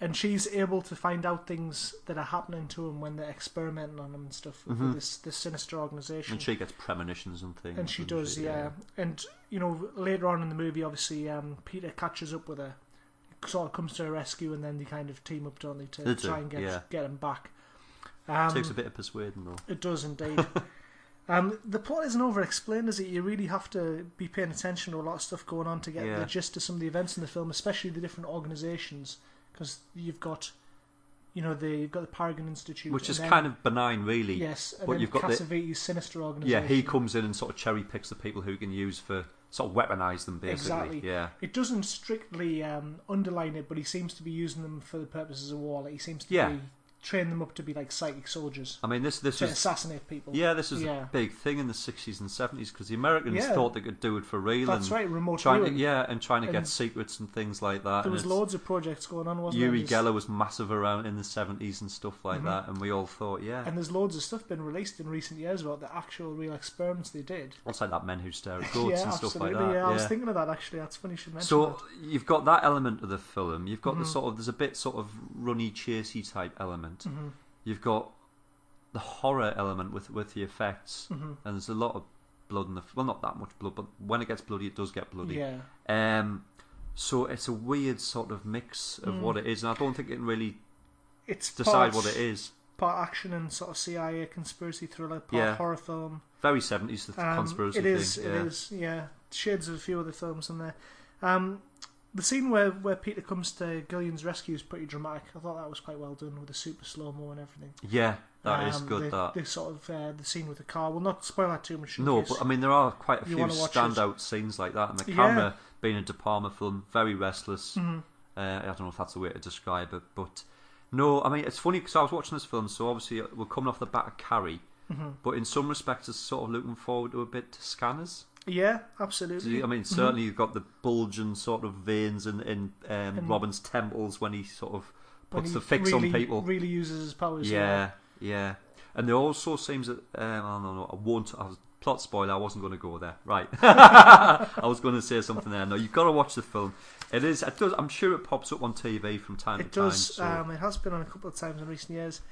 Speaker 2: and she's able to find out things that are happening to him when they're experimenting on him and stuff with this this sinister organization.
Speaker 1: Mm-hmm. And she gets premonitions and things.
Speaker 2: And she does, yeah. And you know, later on in the movie, obviously, um, Peter catches up with her, sort of comes to her rescue, and then they kind of team up, don't they, to
Speaker 1: They do,
Speaker 2: try and get
Speaker 1: yeah.
Speaker 2: get him back. Um,
Speaker 1: Takes a bit of persuading though.
Speaker 2: it does indeed. um, the plot isn't over explained, is it? You really have to be paying attention to a lot of stuff going on to get
Speaker 1: Yeah.
Speaker 2: the gist of some of the events in the film, especially the different organisations, because you've got, you know, the you've got the Paragon Institute,
Speaker 1: Which
Speaker 2: and
Speaker 1: is
Speaker 2: then-
Speaker 1: kind of benign, really.
Speaker 2: yes, and
Speaker 1: but
Speaker 2: then
Speaker 1: you've got the-
Speaker 2: Cassavetes' sinister organisation.
Speaker 1: Yeah, he comes in and sort of cherry picks the people who can use for sort of weaponize them, basically.
Speaker 2: Exactly.
Speaker 1: Yeah.
Speaker 2: It doesn't strictly um, underline it, but he seems to be using them for the purposes of war. Like he seems to
Speaker 1: Yeah.
Speaker 2: be train them up to be like psychic soldiers
Speaker 1: I mean, this this
Speaker 2: to
Speaker 1: is
Speaker 2: assassinate people.
Speaker 1: yeah, this is
Speaker 2: Yeah.
Speaker 1: a big thing in the sixties and seventies because the Americans
Speaker 2: Yeah.
Speaker 1: thought they could do it for real.
Speaker 2: that's
Speaker 1: and
Speaker 2: right. Remote
Speaker 1: Trying to,
Speaker 2: viewing.
Speaker 1: yeah, and trying to
Speaker 2: And
Speaker 1: get secrets and things like that.
Speaker 2: There
Speaker 1: and
Speaker 2: was
Speaker 1: it's-
Speaker 2: loads of projects going on, wasn't
Speaker 1: Yuri
Speaker 2: there? There's-
Speaker 1: Geller was massive around in the seventies and stuff like that, and we all thought, yeah,
Speaker 2: And there's loads of stuff been released in recent years about the actual real experiments they did.
Speaker 1: what's like that men who stare at goats
Speaker 2: yeah,
Speaker 1: and stuff
Speaker 2: absolutely.
Speaker 1: like that.
Speaker 2: yeah, I was thinking of that actually. That's funny you should mention
Speaker 1: So
Speaker 2: that. Mm-hmm.
Speaker 1: you've got that element of the film. You've got the sort of there's a bit sort of runny, chasey type element.
Speaker 2: Mm-hmm,
Speaker 1: You've got the horror element with with the effects,
Speaker 2: mm-hmm.
Speaker 1: and there's a lot of blood in the well, not that much blood, but when it gets bloody, it does get bloody.
Speaker 2: Yeah,
Speaker 1: Um, so it's a weird sort of mix
Speaker 2: Mm.
Speaker 1: of what it is, and I don't think it can really
Speaker 2: it's
Speaker 1: decide
Speaker 2: part-
Speaker 1: what it is.
Speaker 2: Part action and sort of CIA conspiracy thriller, part
Speaker 1: Yeah.
Speaker 2: horror film.
Speaker 1: Very seventies the th-
Speaker 2: Um,
Speaker 1: conspiracy
Speaker 2: it is,
Speaker 1: thing.
Speaker 2: It
Speaker 1: yeah.
Speaker 2: is. Yeah, shades of a few other films in there. Um, the scene where, where Peter comes to Gillian's rescue is pretty dramatic. I thought that was quite well done with the super slow mo and everything.
Speaker 1: Yeah, that is
Speaker 2: Um,
Speaker 1: good.
Speaker 2: The,
Speaker 1: that
Speaker 2: the sort of uh, the scene with the car. We'll not spoil that too much. in
Speaker 1: No,
Speaker 2: case-
Speaker 1: but um, I mean there are quite a
Speaker 2: You
Speaker 1: few
Speaker 2: wanna watch it.
Speaker 1: standout scenes like that, and the
Speaker 2: Yeah.
Speaker 1: camera being a De Palma film, very restless.
Speaker 2: Mm-hmm.
Speaker 1: Uh, I don't know if that's the way to describe it, but no, I mean it's funny because I was watching this film, so obviously we're coming off the back of Carrie,
Speaker 2: Mm-hmm.
Speaker 1: but in some respects it's sort of looking forward to a bit to Scanners.
Speaker 2: yeah,
Speaker 1: Do
Speaker 2: absolutely.
Speaker 1: you- I mean certainly you've got the bulging sort of veins in in um, Robin's temples when he sort of
Speaker 2: When
Speaker 1: puts
Speaker 2: he
Speaker 1: the fix
Speaker 2: really,
Speaker 1: on people.
Speaker 2: Really uses his powers.
Speaker 1: Yeah, yeah. And there also seems that um, I don't know. I won't. I was, plot spoiler. I wasn't going to go there. Right. I was going to say something there. No, you've got to watch the film. It is. It does. I'm sure it pops up on TV from time
Speaker 2: it
Speaker 1: to time.
Speaker 2: does.
Speaker 1: so-
Speaker 2: um, it has been on a couple of times in recent years.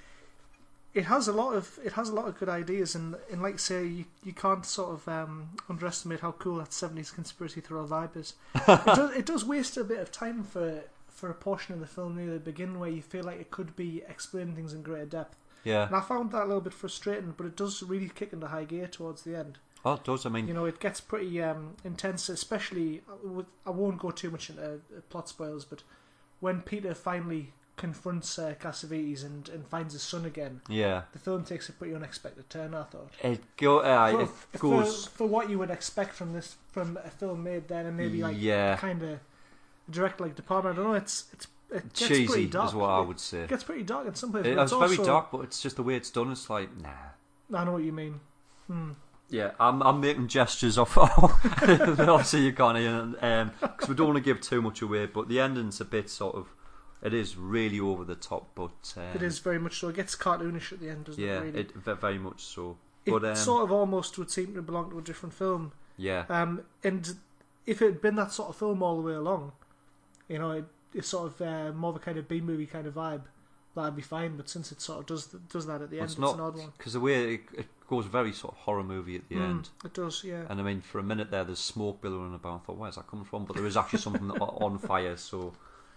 Speaker 2: It has a lot of it has a lot of good ideas, and, and like I say, you, you can't sort of um, underestimate how cool that seventies conspiracy thriller vibe is. it, does, it does waste a bit of time for for a portion of the film near the beginning where you feel like it could be explaining things in greater depth, and
Speaker 1: yeah.
Speaker 2: I found that a little bit frustrating. But it does really kick into high gear towards the end.
Speaker 1: Oh, it does. I mean,
Speaker 2: You know, it gets pretty um, intense, especially. With, I won't go too much into uh, plot spoilers, but when Peter finally confronts uh, Cassavetes and, and finds his son again,
Speaker 1: yeah.
Speaker 2: the film takes a pretty unexpected turn. I thought.
Speaker 1: It go. Uh,
Speaker 2: For-
Speaker 1: it goes.
Speaker 2: for, for what you would expect from this from a film made then, and maybe like
Speaker 1: Yeah.
Speaker 2: kind of direct like department. I don't know. It's it's it gets pretty
Speaker 1: Cheesy
Speaker 2: dark.
Speaker 1: is what I would say.
Speaker 2: It gets pretty dark in some places.
Speaker 1: It,
Speaker 2: but
Speaker 1: it's
Speaker 2: it's
Speaker 1: very
Speaker 2: also-
Speaker 1: dark, but it's just the way it's done. It's like nah.
Speaker 2: I know what you mean. Hmm.
Speaker 1: Yeah, I'm, I'm making gestures off. Obviously, you can't hear because we don't want to give too much away. But the ending's a bit sort of, it is really over the top, but um,
Speaker 2: It is very much so. It gets cartoonish at the end, doesn't
Speaker 1: Yeah,
Speaker 2: it? Really.
Speaker 1: it ve- very much so.
Speaker 2: it
Speaker 1: But um,
Speaker 2: sort of almost would seem to belong to a different film.
Speaker 1: yeah,
Speaker 2: Um, and if it had been that sort of film all the way along, you know, it, it's sort of uh, more of a kind of B movie kind of vibe. That'd be fine. But since it sort of does does that at the end,
Speaker 1: it's
Speaker 2: it's, an
Speaker 1: not
Speaker 2: odd one. Hmm,
Speaker 1: because the way it, it goes very sort of horror movie at the end.
Speaker 2: It does, yeah.
Speaker 1: And I mean, for a minute there, there's smoke billowing about. I thought, where's that coming from? But there is actually something o- on fire, so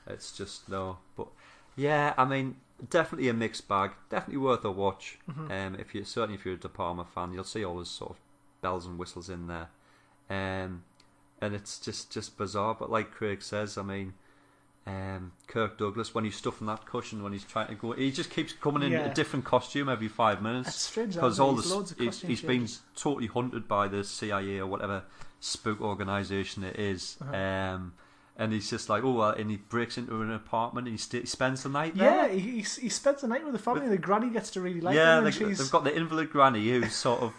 Speaker 1: it's just no. But yeah, I mean, definitely a mixed bag. Definitely worth a watch.
Speaker 2: Mm-hmm.
Speaker 1: Um, if you certainly if you're a De Palma fan, you'll see all those sort of bells and whistles in there. Um, and it's just just bizarre. But like Craig says, I mean. Um, Kirk Douglas, when he's stuffing that cushion, when he's trying to go, he just keeps coming in
Speaker 2: Yeah.
Speaker 1: a different costume every five minutes.
Speaker 2: That's strange,
Speaker 1: because
Speaker 2: that,
Speaker 1: all
Speaker 2: there's
Speaker 1: the
Speaker 2: loads of
Speaker 1: he's,
Speaker 2: costume
Speaker 1: he's been
Speaker 2: changes.
Speaker 1: totally hunted by the CIA or whatever spook organization it is.
Speaker 2: Uh-huh.
Speaker 1: Um, and he's just like, oh, well, and he breaks into an apartment and he, st- he spends the night
Speaker 2: yeah,
Speaker 1: there.
Speaker 2: he, he he spends the night with the family, and the granny gets to really like
Speaker 1: yeah.
Speaker 2: him,
Speaker 1: They,
Speaker 2: and she's
Speaker 1: they've got the invalid granny who's sort of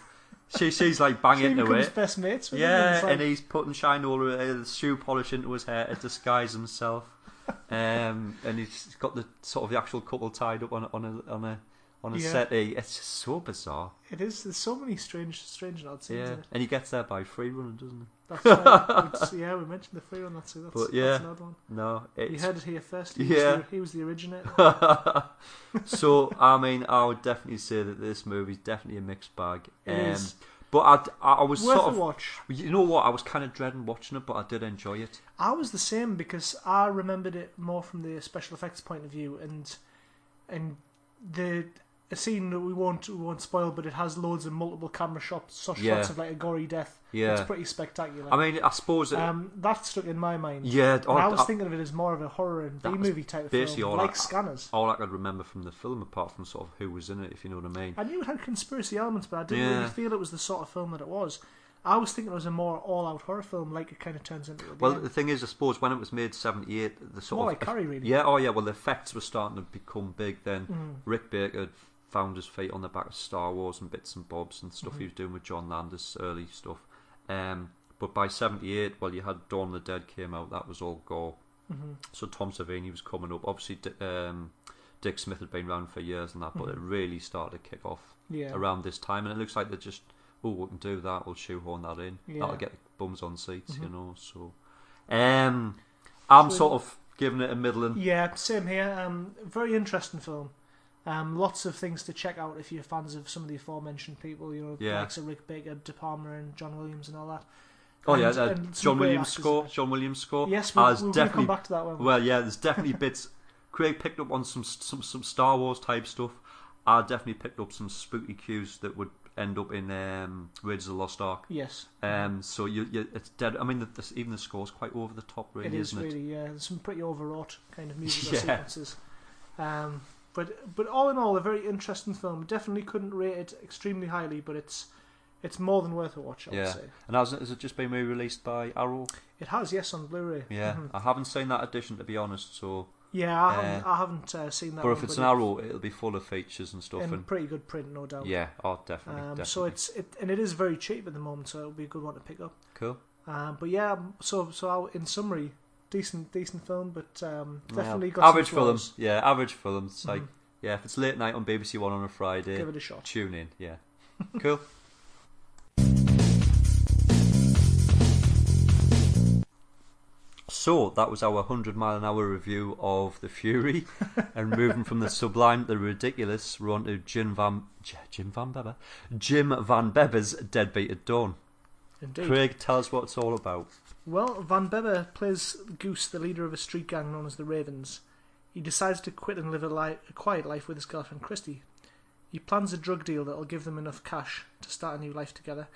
Speaker 1: she, she's like bang
Speaker 2: she
Speaker 1: into
Speaker 2: becomes
Speaker 1: it.
Speaker 2: best mates with him, and
Speaker 1: Yeah,
Speaker 2: it's like-
Speaker 1: and he's putting shine all over uh, the shoe polish into his hair to disguise himself. Um, and he's got the sort of the actual couple tied up on a- on a on a on a
Speaker 2: Yeah.
Speaker 1: settee. It's just so bizarre.
Speaker 2: It is. There's so many strange, strange and odd scenes
Speaker 1: Yeah,
Speaker 2: in it.
Speaker 1: and he gets there by free running, doesn't he?
Speaker 2: That's right. It's- yeah, we mentioned the free one. That's it. That's,
Speaker 1: But, yeah.
Speaker 2: that's an odd one.
Speaker 1: No,
Speaker 2: You
Speaker 1: it's
Speaker 2: heard it here first. He
Speaker 1: Yeah.
Speaker 2: Was the, he was the originator.
Speaker 1: so I mean, I would definitely say that this movie's definitely a mixed bag. Um,
Speaker 2: It is.
Speaker 1: But I, I, I was
Speaker 2: Worth
Speaker 1: sort
Speaker 2: a
Speaker 1: of,
Speaker 2: watch.
Speaker 1: you know what? I was kind of dreading watching it, but I did enjoy it.
Speaker 2: I was the same because I remembered it more from the special effects point of view, and and the a scene that we won't we won't spoil, but it has loads of multiple camera shots, so-
Speaker 1: Yeah.
Speaker 2: shots of like a gory death.
Speaker 1: Yeah.
Speaker 2: it's pretty spectacular.
Speaker 1: I mean, I suppose it,
Speaker 2: um, that stuck in my mind.
Speaker 1: yeah.
Speaker 2: And
Speaker 1: All,
Speaker 2: I was
Speaker 1: I-
Speaker 2: thinking of it as more of a horror and B
Speaker 1: That was
Speaker 2: movie type of
Speaker 1: basically
Speaker 2: film,
Speaker 1: all
Speaker 2: like
Speaker 1: I-
Speaker 2: Scanners.
Speaker 1: all I could remember from the film, apart from sort of who was in it, if you know what I mean.
Speaker 2: I knew it had conspiracy elements, but I didn't
Speaker 1: Yeah.
Speaker 2: really feel it was the sort of film that it was. I was thinking it was a more all-out horror film, like it kind of turns into. at the
Speaker 1: Well,
Speaker 2: end.
Speaker 1: the thing is, I suppose when it was made seventy eight, the sort of
Speaker 2: more like Carrie, really. Mm-hmm,
Speaker 1: yeah, oh yeah, well the effects were starting to become big then. Rick Baker found his feet on the back of Star Wars and bits and bobs and stuff he
Speaker 2: Mhm.
Speaker 1: was doing with John Landis early stuff. Um, but by seventy eight, well, you had Dawn of the Dead came out, that was all gore.
Speaker 2: mm-hmm.
Speaker 1: So Tom Savini was coming up. Obviously, Di- um, Dick Smith had been around for years and that, but it really started to kick off
Speaker 2: Mhm. Yeah.
Speaker 1: around this time, and it looks like they're just, oh, we can do that. We'll shoehorn that in.
Speaker 2: Yeah. Mhm.
Speaker 1: That'll get bums on seats, you know. So, um, I'm
Speaker 2: So-
Speaker 1: sort of giving it a middling.
Speaker 2: Yeah, same here. Um, very interesting film. Um, lots of things to check out if you're fans of some of the aforementioned people. You know,
Speaker 1: Yeah.
Speaker 2: like Sir Rick Baker, De Palma, and John Williams, and all that.
Speaker 1: Oh yeah,
Speaker 2: And-
Speaker 1: uh,
Speaker 2: and some
Speaker 1: John
Speaker 2: great
Speaker 1: Williams
Speaker 2: actors in
Speaker 1: score.
Speaker 2: it.
Speaker 1: John Williams score.
Speaker 2: Yes, we,
Speaker 1: Uh,
Speaker 2: we're
Speaker 1: it's
Speaker 2: going to
Speaker 1: definitely.
Speaker 2: come back to that one.
Speaker 1: Well, yeah, there's definitely bits. Craig picked up on some some some Star Wars type stuff. I definitely picked up some spooky cues that would end up in um, Raiders of the Lost Ark.
Speaker 2: yes,
Speaker 1: Um, so you, you it's dead. I mean, the, this, even the score's quite over the top, really,
Speaker 2: it is
Speaker 1: not it?
Speaker 2: really. Yeah, there's some pretty overwrought kind of musical
Speaker 1: Yeah.
Speaker 2: sequences. Um, but but all in all, a very interesting film. Definitely couldn't rate it extremely highly, but it's it's more than worth a watch. I
Speaker 1: Yeah.
Speaker 2: would say
Speaker 1: And has, it- has it just been re-released by Arrow?
Speaker 2: it has yes on Blu-ray.
Speaker 1: Yeah,
Speaker 2: Mhm.
Speaker 1: I haven't seen that edition to be honest. So,
Speaker 2: yeah. I haven't,
Speaker 1: Uh,
Speaker 2: I haven't uh, seen that.
Speaker 1: but
Speaker 2: one,
Speaker 1: if it's
Speaker 2: but
Speaker 1: an
Speaker 2: it-
Speaker 1: arrow, it'll be full of features and stuff.
Speaker 2: in
Speaker 1: And
Speaker 2: pretty good print, no doubt.
Speaker 1: yeah, oh, definitely,
Speaker 2: Um,
Speaker 1: definitely.
Speaker 2: so it's it and it is very cheap at the moment, so it'll be a good one to pick up.
Speaker 1: cool.
Speaker 2: Um, but yeah, um, so so I'll- in summary, decent decent film, but um, definitely
Speaker 1: Yeah.
Speaker 2: got some
Speaker 1: average film.
Speaker 2: flaws. Mm-hmm.
Speaker 1: Yeah, average film. It's like yeah, if it's late night on BBC One on a Friday,
Speaker 2: Give it a shot.
Speaker 1: tune in. Yeah, cool. So that was our 100 mile an hour review of The Fury and moving from the sublime to the ridiculous, we're on to Jim Van, J- Jim Van Beber, Jim Van Beber's Deadbeat at Dawn.
Speaker 2: Indeed.
Speaker 1: Craig, tell us what it's all about.
Speaker 2: Well, Van Beber plays Goose, the leader of a street gang known as the Ravens. He decides to quit and live a, li- a quiet life with his girlfriend Christy. He plans a drug deal that'll give them enough cash to start a new life together.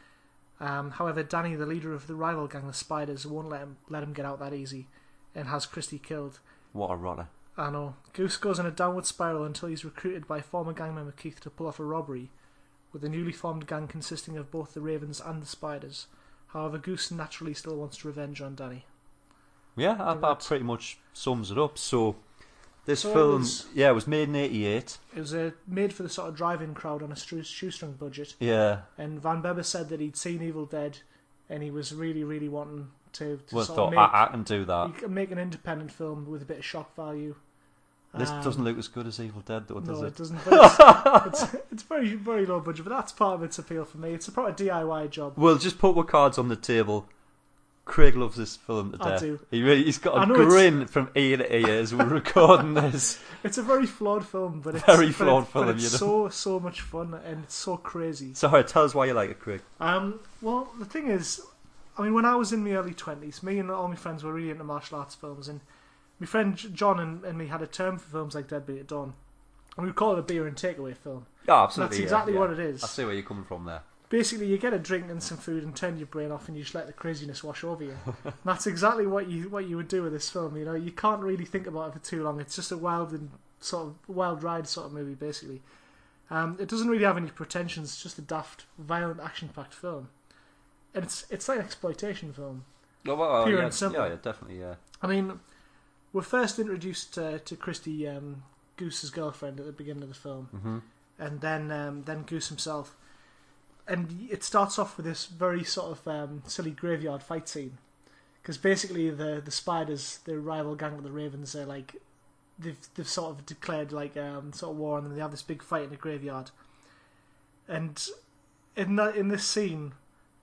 Speaker 2: Um, however, Danny, the leader of the rival gang, the Spiders, won't let him let him get out that easy, and has Christy killed.
Speaker 1: What a rotter.
Speaker 2: I know. Goose goes in a downward spiral until he's recruited by former gang member Keith to pull off a robbery with a newly formed gang consisting of both the Ravens and the Spiders. However, Goose naturally still wants revenge on Danny.
Speaker 1: Yeah, that, that
Speaker 2: that's-
Speaker 1: pretty much sums it up. So this
Speaker 2: So it
Speaker 1: film,
Speaker 2: was-
Speaker 1: yeah, it was made in '88.
Speaker 2: It was uh, made for the sort of drive-in crowd on a stru- shoestring budget,
Speaker 1: Yeah,
Speaker 2: and Van Beber said that he'd seen Evil Dead, and he was really, really wanting to, to
Speaker 1: was
Speaker 2: sort
Speaker 1: thought
Speaker 2: of make,
Speaker 1: I, I can do that.
Speaker 2: he could make an independent film with a bit of shock value.
Speaker 1: This
Speaker 2: Um,
Speaker 1: doesn't look as good as Evil Dead, though, does
Speaker 2: no,
Speaker 1: it?
Speaker 2: doesn't. But it's, it's, it's very, very low budget, but that's part of its appeal for me. It's a proper DIY job.
Speaker 1: Well, just put our cards on the table. Craig loves this film to
Speaker 2: I
Speaker 1: death.
Speaker 2: do.
Speaker 1: He really, he's
Speaker 2: I
Speaker 1: got a
Speaker 2: know it's-
Speaker 1: grin from ear to ear as we're recording this.
Speaker 2: It's a very flawed film, but it's
Speaker 1: Very
Speaker 2: but
Speaker 1: flawed
Speaker 2: it's, but
Speaker 1: film,
Speaker 2: it's
Speaker 1: you know.
Speaker 2: so so much fun and it's so crazy.
Speaker 1: Sorry, tell us why you like it, Craig.
Speaker 2: Um, well, the thing is, I mean, when I was in my early twenties, me and all my friends were really into martial arts films, and my friend J- John and, and me had a term for films like Deadbeat at Dawn, and we would call it a beer and takeaway film.
Speaker 1: Yeah,
Speaker 2: And
Speaker 1: absolutely.
Speaker 2: that's exactly what it is.
Speaker 1: I see where you're coming from there.
Speaker 2: Basically, you get a drink and some food and turn your brain off, and you just let the craziness wash over you. And that's exactly what you what you would do with this film. You know, you can't really think about it for too long. It's just a wild and sort of wild ride sort of movie, basically. Um, it doesn't really have any pretensions. It's just a daft, violent, action-packed film, and it's it's like an exploitation film.
Speaker 1: Oh, well,
Speaker 2: Pure
Speaker 1: yeah,
Speaker 2: and simple.
Speaker 1: yeah, yeah, definitely, yeah.
Speaker 2: I mean, we're first introduced to, to Christy um, Goose's girlfriend at the beginning of the film,
Speaker 1: Mm-hmm.
Speaker 2: and then um, then Goose himself. And it starts off with this very sort of um, silly graveyard fight scene, because basically the the spiders, the rival gang of the Ravens, are like they've they've sort of declared like um, sort of war on them. They have this big fight in the graveyard, and in that in this scene,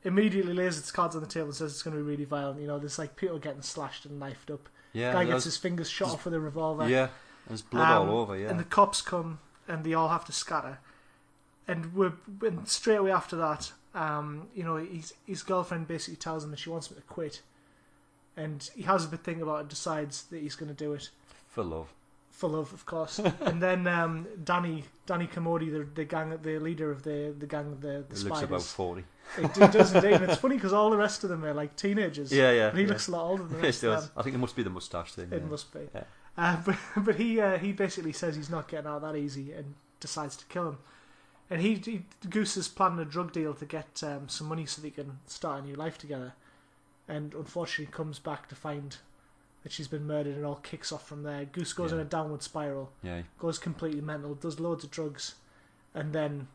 Speaker 2: immediately lays its cards on the table and says it's going to be really violent. You know, there's like people getting slashed and knifed up.
Speaker 1: Yeah,
Speaker 2: Guy gets
Speaker 1: there's-
Speaker 2: his fingers shot off with a revolver.
Speaker 1: yeah. There's blood
Speaker 2: Um,
Speaker 1: all over. Yeah,
Speaker 2: And the cops come and they all have to scatter. And we're and straight away after that, um, you know, his his girlfriend basically tells him that she wants him to quit. And he has a big thing about it, decides that he's going to do it
Speaker 1: for love.
Speaker 2: for love, of course. and then um, Danny Danny Commodi, the, the gang, the leader of the the gang of the, the
Speaker 1: It looks about
Speaker 2: spiders,
Speaker 1: forty.
Speaker 2: it, it does indeed. And it's funny because all the rest of them are like teenagers.
Speaker 1: Yeah, yeah.
Speaker 2: and he
Speaker 1: yeah.
Speaker 2: looks a lot older than the
Speaker 1: It
Speaker 2: rest of
Speaker 1: does.
Speaker 2: them.
Speaker 1: I think it must be the mustache thing.
Speaker 2: It
Speaker 1: yeah.
Speaker 2: must be.
Speaker 1: Yeah.
Speaker 2: Uh, but but he uh, he basically says he's not getting out that easy and decides to kill him. And he, he Goose is planning a drug deal to get um, some money so they can start a new life together. And unfortunately, comes back to find that she's been murdered, and all kicks off from there. Goose goes in
Speaker 1: Yeah.
Speaker 2: a downward spiral
Speaker 1: yeah,
Speaker 2: goes completely mental, does loads of drugs, and then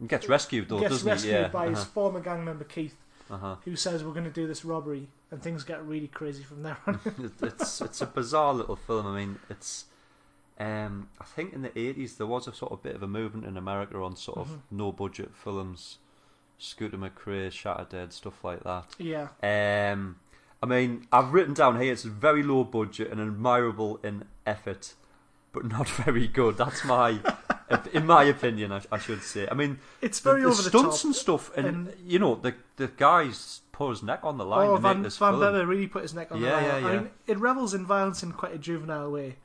Speaker 1: he gets rescued though,
Speaker 2: gets
Speaker 1: doesn't
Speaker 2: rescued
Speaker 1: he? Yeah.
Speaker 2: by his
Speaker 1: uh-huh.
Speaker 2: former gang member Keith,
Speaker 1: uh-huh.
Speaker 2: who says we're going to do this robbery, and things get really crazy from there on.
Speaker 1: It- it's it's a bizarre little film. I mean, it's. Um, I think in the eighties there was a sort of bit of a movement in America on sort of
Speaker 2: Mhm.
Speaker 1: no budget films, Scooter McRae, Shattered Dead, stuff like that.
Speaker 2: yeah,
Speaker 1: Um, I mean, I've written down here it's very low budget and admirable in effort, but not very good. That's my, in my opinion, I, I should say. I mean,
Speaker 2: it's very
Speaker 1: the, the
Speaker 2: over the top.
Speaker 1: stunts and stuff, and,
Speaker 2: and-
Speaker 1: you know, the the guys put his neck on the line
Speaker 2: Oh,
Speaker 1: to make
Speaker 2: Van,
Speaker 1: this
Speaker 2: Van
Speaker 1: film.
Speaker 2: Bever really put his neck on the
Speaker 1: Yeah,
Speaker 2: line.
Speaker 1: yeah,
Speaker 2: I
Speaker 1: yeah.
Speaker 2: mean, it revels in violence in quite a juvenile way.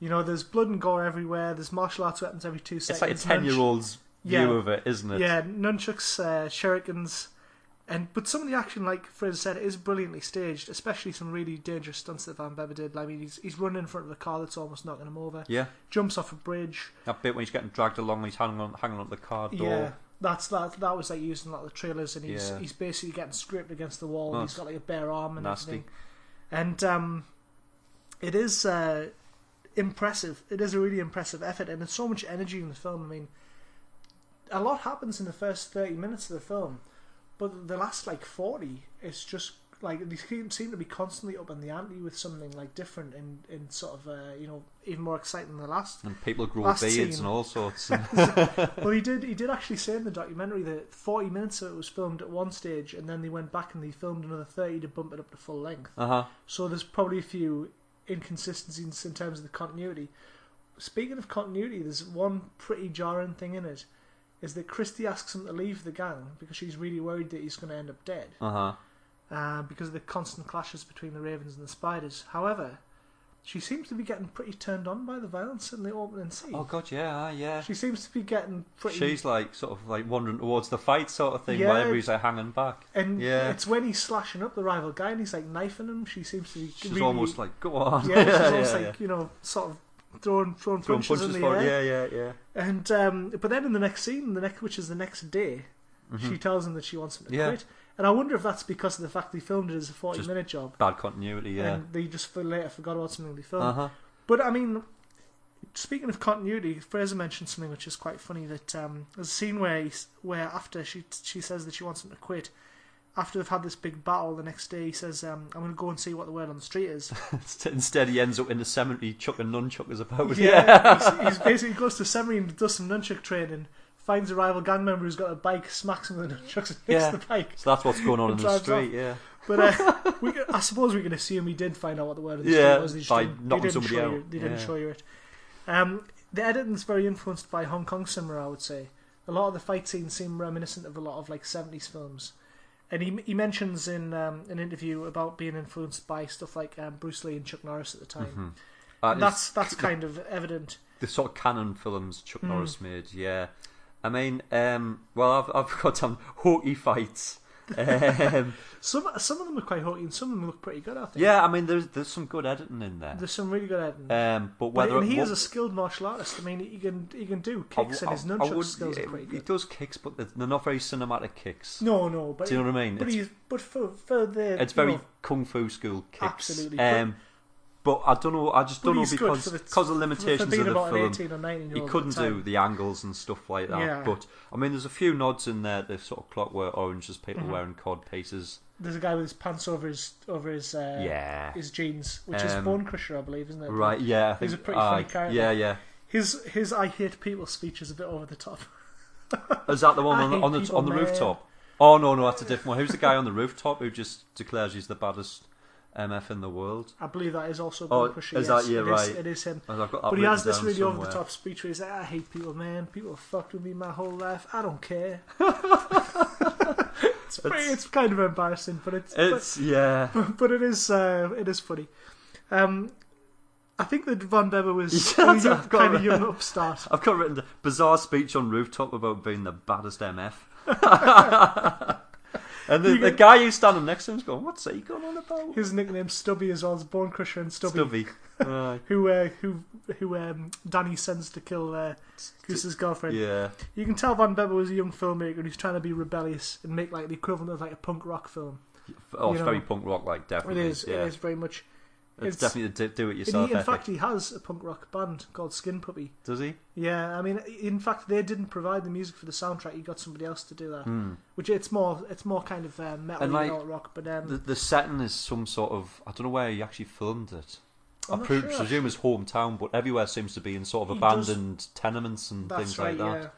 Speaker 2: You know, there's blood and gore everywhere. There's martial arts weapons every two
Speaker 1: It's
Speaker 2: seconds.
Speaker 1: like a ten-year-old's view
Speaker 2: Yeah.
Speaker 1: of it, isn't it?
Speaker 2: Yeah, nunchucks, uh, shurikens, and but some of the action, like Fraser said, is brilliantly staged, especially some really dangerous stunts that Van Bever did. I mean, he's he's running in front of a car that's almost knocking him over,
Speaker 1: Yeah.
Speaker 2: jumps off a bridge.
Speaker 1: That bit when he's getting dragged along, he's hanging on, hanging on the car door.
Speaker 2: Yeah, that's that. That was like used in a lot of the trailers, and he's
Speaker 1: Yeah.
Speaker 2: he's basically getting scraped against the wall. and
Speaker 1: Oh,
Speaker 2: he's got like a bare arm and
Speaker 1: nasty.
Speaker 2: everything. And um, it is uh, impressive. It is a really impressive effort, and there's so much energy in the film. I mean, a lot happens in the first thirty minutes of the film, but the last like forty, it's just like they seem seem to be constantly up in the ante with something like different and, and sort of uh, you know even more exciting than the last
Speaker 1: And people grow
Speaker 2: Last
Speaker 1: beards and
Speaker 2: scene.
Speaker 1: all sorts. And,
Speaker 2: well, he did. He did actually say in the documentary that 40 minutes of it was filmed at one stage, and then they went back and they filmed another 30 to bump it up to full length.
Speaker 1: uh-huh.
Speaker 2: So there's probably a few inconsistencies in terms of the continuity. Speaking of continuity, there's one pretty jarring thing in it, is that Christy asks him to leave the gang because she's really worried that he's going to end up dead
Speaker 1: Uh-huh.
Speaker 2: uh, because of the constant clashes between the ravens and the spiders. However, she seems to be getting pretty turned on by the violence in the opening scene.
Speaker 1: Oh, God, yeah, ah, yeah.
Speaker 2: She seems to be getting pretty.
Speaker 1: She's like sort of like wandering towards the fight sort of thing
Speaker 2: Yeah.
Speaker 1: while everybody's like hanging back.
Speaker 2: And
Speaker 1: Yeah.
Speaker 2: it's when he's slashing up the rival guy and he's like knifing him. She seems to be
Speaker 1: She's
Speaker 2: really-
Speaker 1: almost like, go on.
Speaker 2: yeah, she's almost like you know sort of throwing throwing,
Speaker 1: Throwing
Speaker 2: punches,
Speaker 1: punches
Speaker 2: in the
Speaker 1: forward.
Speaker 2: air.
Speaker 1: Yeah, yeah, yeah.
Speaker 2: And um, but then in the next scene, the next which is the next day,
Speaker 1: Mhm.
Speaker 2: she tells him that she wants him to
Speaker 1: Yeah.
Speaker 2: quit. And I wonder if that's because of the fact they filmed it as a forty
Speaker 1: Just-
Speaker 2: minute job
Speaker 1: Bad continuity, yeah.
Speaker 2: and um, they just for later forgot about something they filmed.
Speaker 1: Uh huh.
Speaker 2: But I mean, speaking of continuity, Fraser mentioned something which is quite funny. That um, there's a scene where he, s- where after she she says that she wants him to quit. After they've had this big battle, the next day he says, um, "I'm going to go and see what the word on the street is."
Speaker 1: Instead, he ends up in the cemetery chucking nunchuckers about.
Speaker 2: he's, he's basically goes to the seminary and does some nunchuck training, finds a rival gang member who's got a bike, smacks him with the nunchucks, and takes
Speaker 1: Yeah.
Speaker 2: the bike.
Speaker 1: So that's what's going on in
Speaker 2: And
Speaker 1: the
Speaker 2: drives
Speaker 1: street, yeah.
Speaker 2: But uh, we, can- I suppose we can assume he did find out what the word of the
Speaker 1: Yeah,
Speaker 2: street was. They just
Speaker 1: by
Speaker 2: didn't, they
Speaker 1: knocking
Speaker 2: didn't
Speaker 1: somebody
Speaker 2: show
Speaker 1: out.
Speaker 2: You, they didn't
Speaker 1: Yeah.
Speaker 2: show you it. Um, the editing's very influenced by Hong Kong cinema, I would say. A lot of the fight scenes seem reminiscent of a lot of like seventies films. And he he mentions in um, an interview about being influenced by stuff like um, Bruce Lee and Chuck Norris at the time.
Speaker 1: Mhm. Uh,
Speaker 2: And that's that's kind of evident.
Speaker 1: the sort of canon films Chuck
Speaker 2: Mm.
Speaker 1: Norris made. Yeah, I mean, um, well, I've I've got some hokey fights. Um,
Speaker 2: Some some of them are quite hokey and some of them look pretty good. I think.
Speaker 1: yeah, I mean, there's there's some good editing in there.
Speaker 2: there's some really good editing.
Speaker 1: Um, but
Speaker 2: But-
Speaker 1: whether
Speaker 2: and he
Speaker 1: it
Speaker 2: is
Speaker 1: wo-
Speaker 2: a skilled martial artist. I mean, he can he can do
Speaker 1: I w-
Speaker 2: kicks and his
Speaker 1: I- I
Speaker 2: nunchuck
Speaker 1: would-
Speaker 2: skills are pretty
Speaker 1: He
Speaker 2: good.
Speaker 1: does kicks, but they're they're not very cinematic kicks.
Speaker 2: No, no, but
Speaker 1: Do you know what I mean?
Speaker 2: but
Speaker 1: It's,
Speaker 2: he's but for for the
Speaker 1: it's
Speaker 2: you
Speaker 1: very
Speaker 2: know,
Speaker 1: kung fu school kicks.
Speaker 2: Absolutely, but-
Speaker 1: Um, But I don't know. I just
Speaker 2: But
Speaker 1: don't know
Speaker 2: he's good
Speaker 1: because
Speaker 2: for the-
Speaker 1: because of the
Speaker 2: For- for
Speaker 1: limitations
Speaker 2: being
Speaker 1: of the
Speaker 2: about an
Speaker 1: film.
Speaker 2: 18 or 19 year
Speaker 1: He
Speaker 2: old.
Speaker 1: couldn't do the angles and stuff like that.
Speaker 2: Yeah.
Speaker 1: But I mean, there's a few nods in there to sort of Clockwork Orange as people
Speaker 2: Mhm.
Speaker 1: wearing cod pieces.
Speaker 2: There's a guy with his pants over his over his uh,
Speaker 1: yeah.
Speaker 2: his jeans, which is
Speaker 1: Um,
Speaker 2: Bone Crusher, I believe, isn't it?
Speaker 1: Right. Yeah. I think,
Speaker 2: He's a pretty funny
Speaker 1: aye,
Speaker 2: character.
Speaker 1: Yeah. Yeah.
Speaker 2: His his I hate people speech is a bit over the top.
Speaker 1: Is that the one
Speaker 2: I
Speaker 1: on the
Speaker 2: hate
Speaker 1: on the,
Speaker 2: people,
Speaker 1: on the
Speaker 2: man.
Speaker 1: rooftop? Oh no, no, that's a different one. Who's the guy on the rooftop who just declares he's the baddest MF in the world?
Speaker 2: I believe that is also
Speaker 1: Oh,
Speaker 2: Bone Crusher.
Speaker 1: is
Speaker 2: yes.
Speaker 1: that- yeah,
Speaker 2: It is-
Speaker 1: right.
Speaker 2: it is him.
Speaker 1: Oh, I've got that
Speaker 2: But he
Speaker 1: written
Speaker 2: has this
Speaker 1: down
Speaker 2: really
Speaker 1: somewhere.
Speaker 2: over the top speech where he's like, I hate people, man. People have fucked with me my whole life. I don't care. it's, pretty, it's,
Speaker 1: It's-
Speaker 2: kind of embarrassing, but it's,
Speaker 1: It's yeah.
Speaker 2: but, but it is uh, it is funny. Um, I think that Von Dever was
Speaker 1: Yeah,
Speaker 2: a young-
Speaker 1: I've got
Speaker 2: kind
Speaker 1: that.
Speaker 2: of young upstart.
Speaker 1: I've got written down, bizarre speech on rooftop about being the baddest MF. and the,
Speaker 2: You
Speaker 1: the
Speaker 2: get-
Speaker 1: guy who's standing next to him's going, "What's he going on about?"
Speaker 2: His nickname Stubby as well as Bone Crusher and Stubby,
Speaker 1: Stubby. Aye.
Speaker 2: who uh, who who um, Danny sends to kill uh, Goose's girlfriend.
Speaker 1: yeah.
Speaker 2: You can tell Van Bever was a young filmmaker who's trying to be rebellious and make like the equivalent of like a punk rock film.
Speaker 1: Oh, it's
Speaker 2: You know,
Speaker 1: very punk rock like,
Speaker 2: It
Speaker 1: definitely.
Speaker 2: is.
Speaker 1: Yeah.
Speaker 2: It is very much.
Speaker 1: It's,
Speaker 2: it's-
Speaker 1: definitely do it yourself.
Speaker 2: and he, in
Speaker 1: ethic.
Speaker 2: fact, he has a punk rock band called Skin Puppy.
Speaker 1: Does he?
Speaker 2: Yeah, I mean, in fact, they didn't provide the music for the soundtrack. He got somebody else to do that,
Speaker 1: Hmm.
Speaker 2: which it's more it's more kind of uh, metal
Speaker 1: And,
Speaker 2: and
Speaker 1: like,
Speaker 2: alt rock. But um,
Speaker 1: The, the setting is some sort of I don't know where he actually filmed it.
Speaker 2: I'm
Speaker 1: I
Speaker 2: not
Speaker 1: pre-
Speaker 2: sure.
Speaker 1: presume his hometown, but everywhere seems to be in sort of
Speaker 2: He does-
Speaker 1: abandoned tenements and
Speaker 2: that's
Speaker 1: things
Speaker 2: right,
Speaker 1: like that.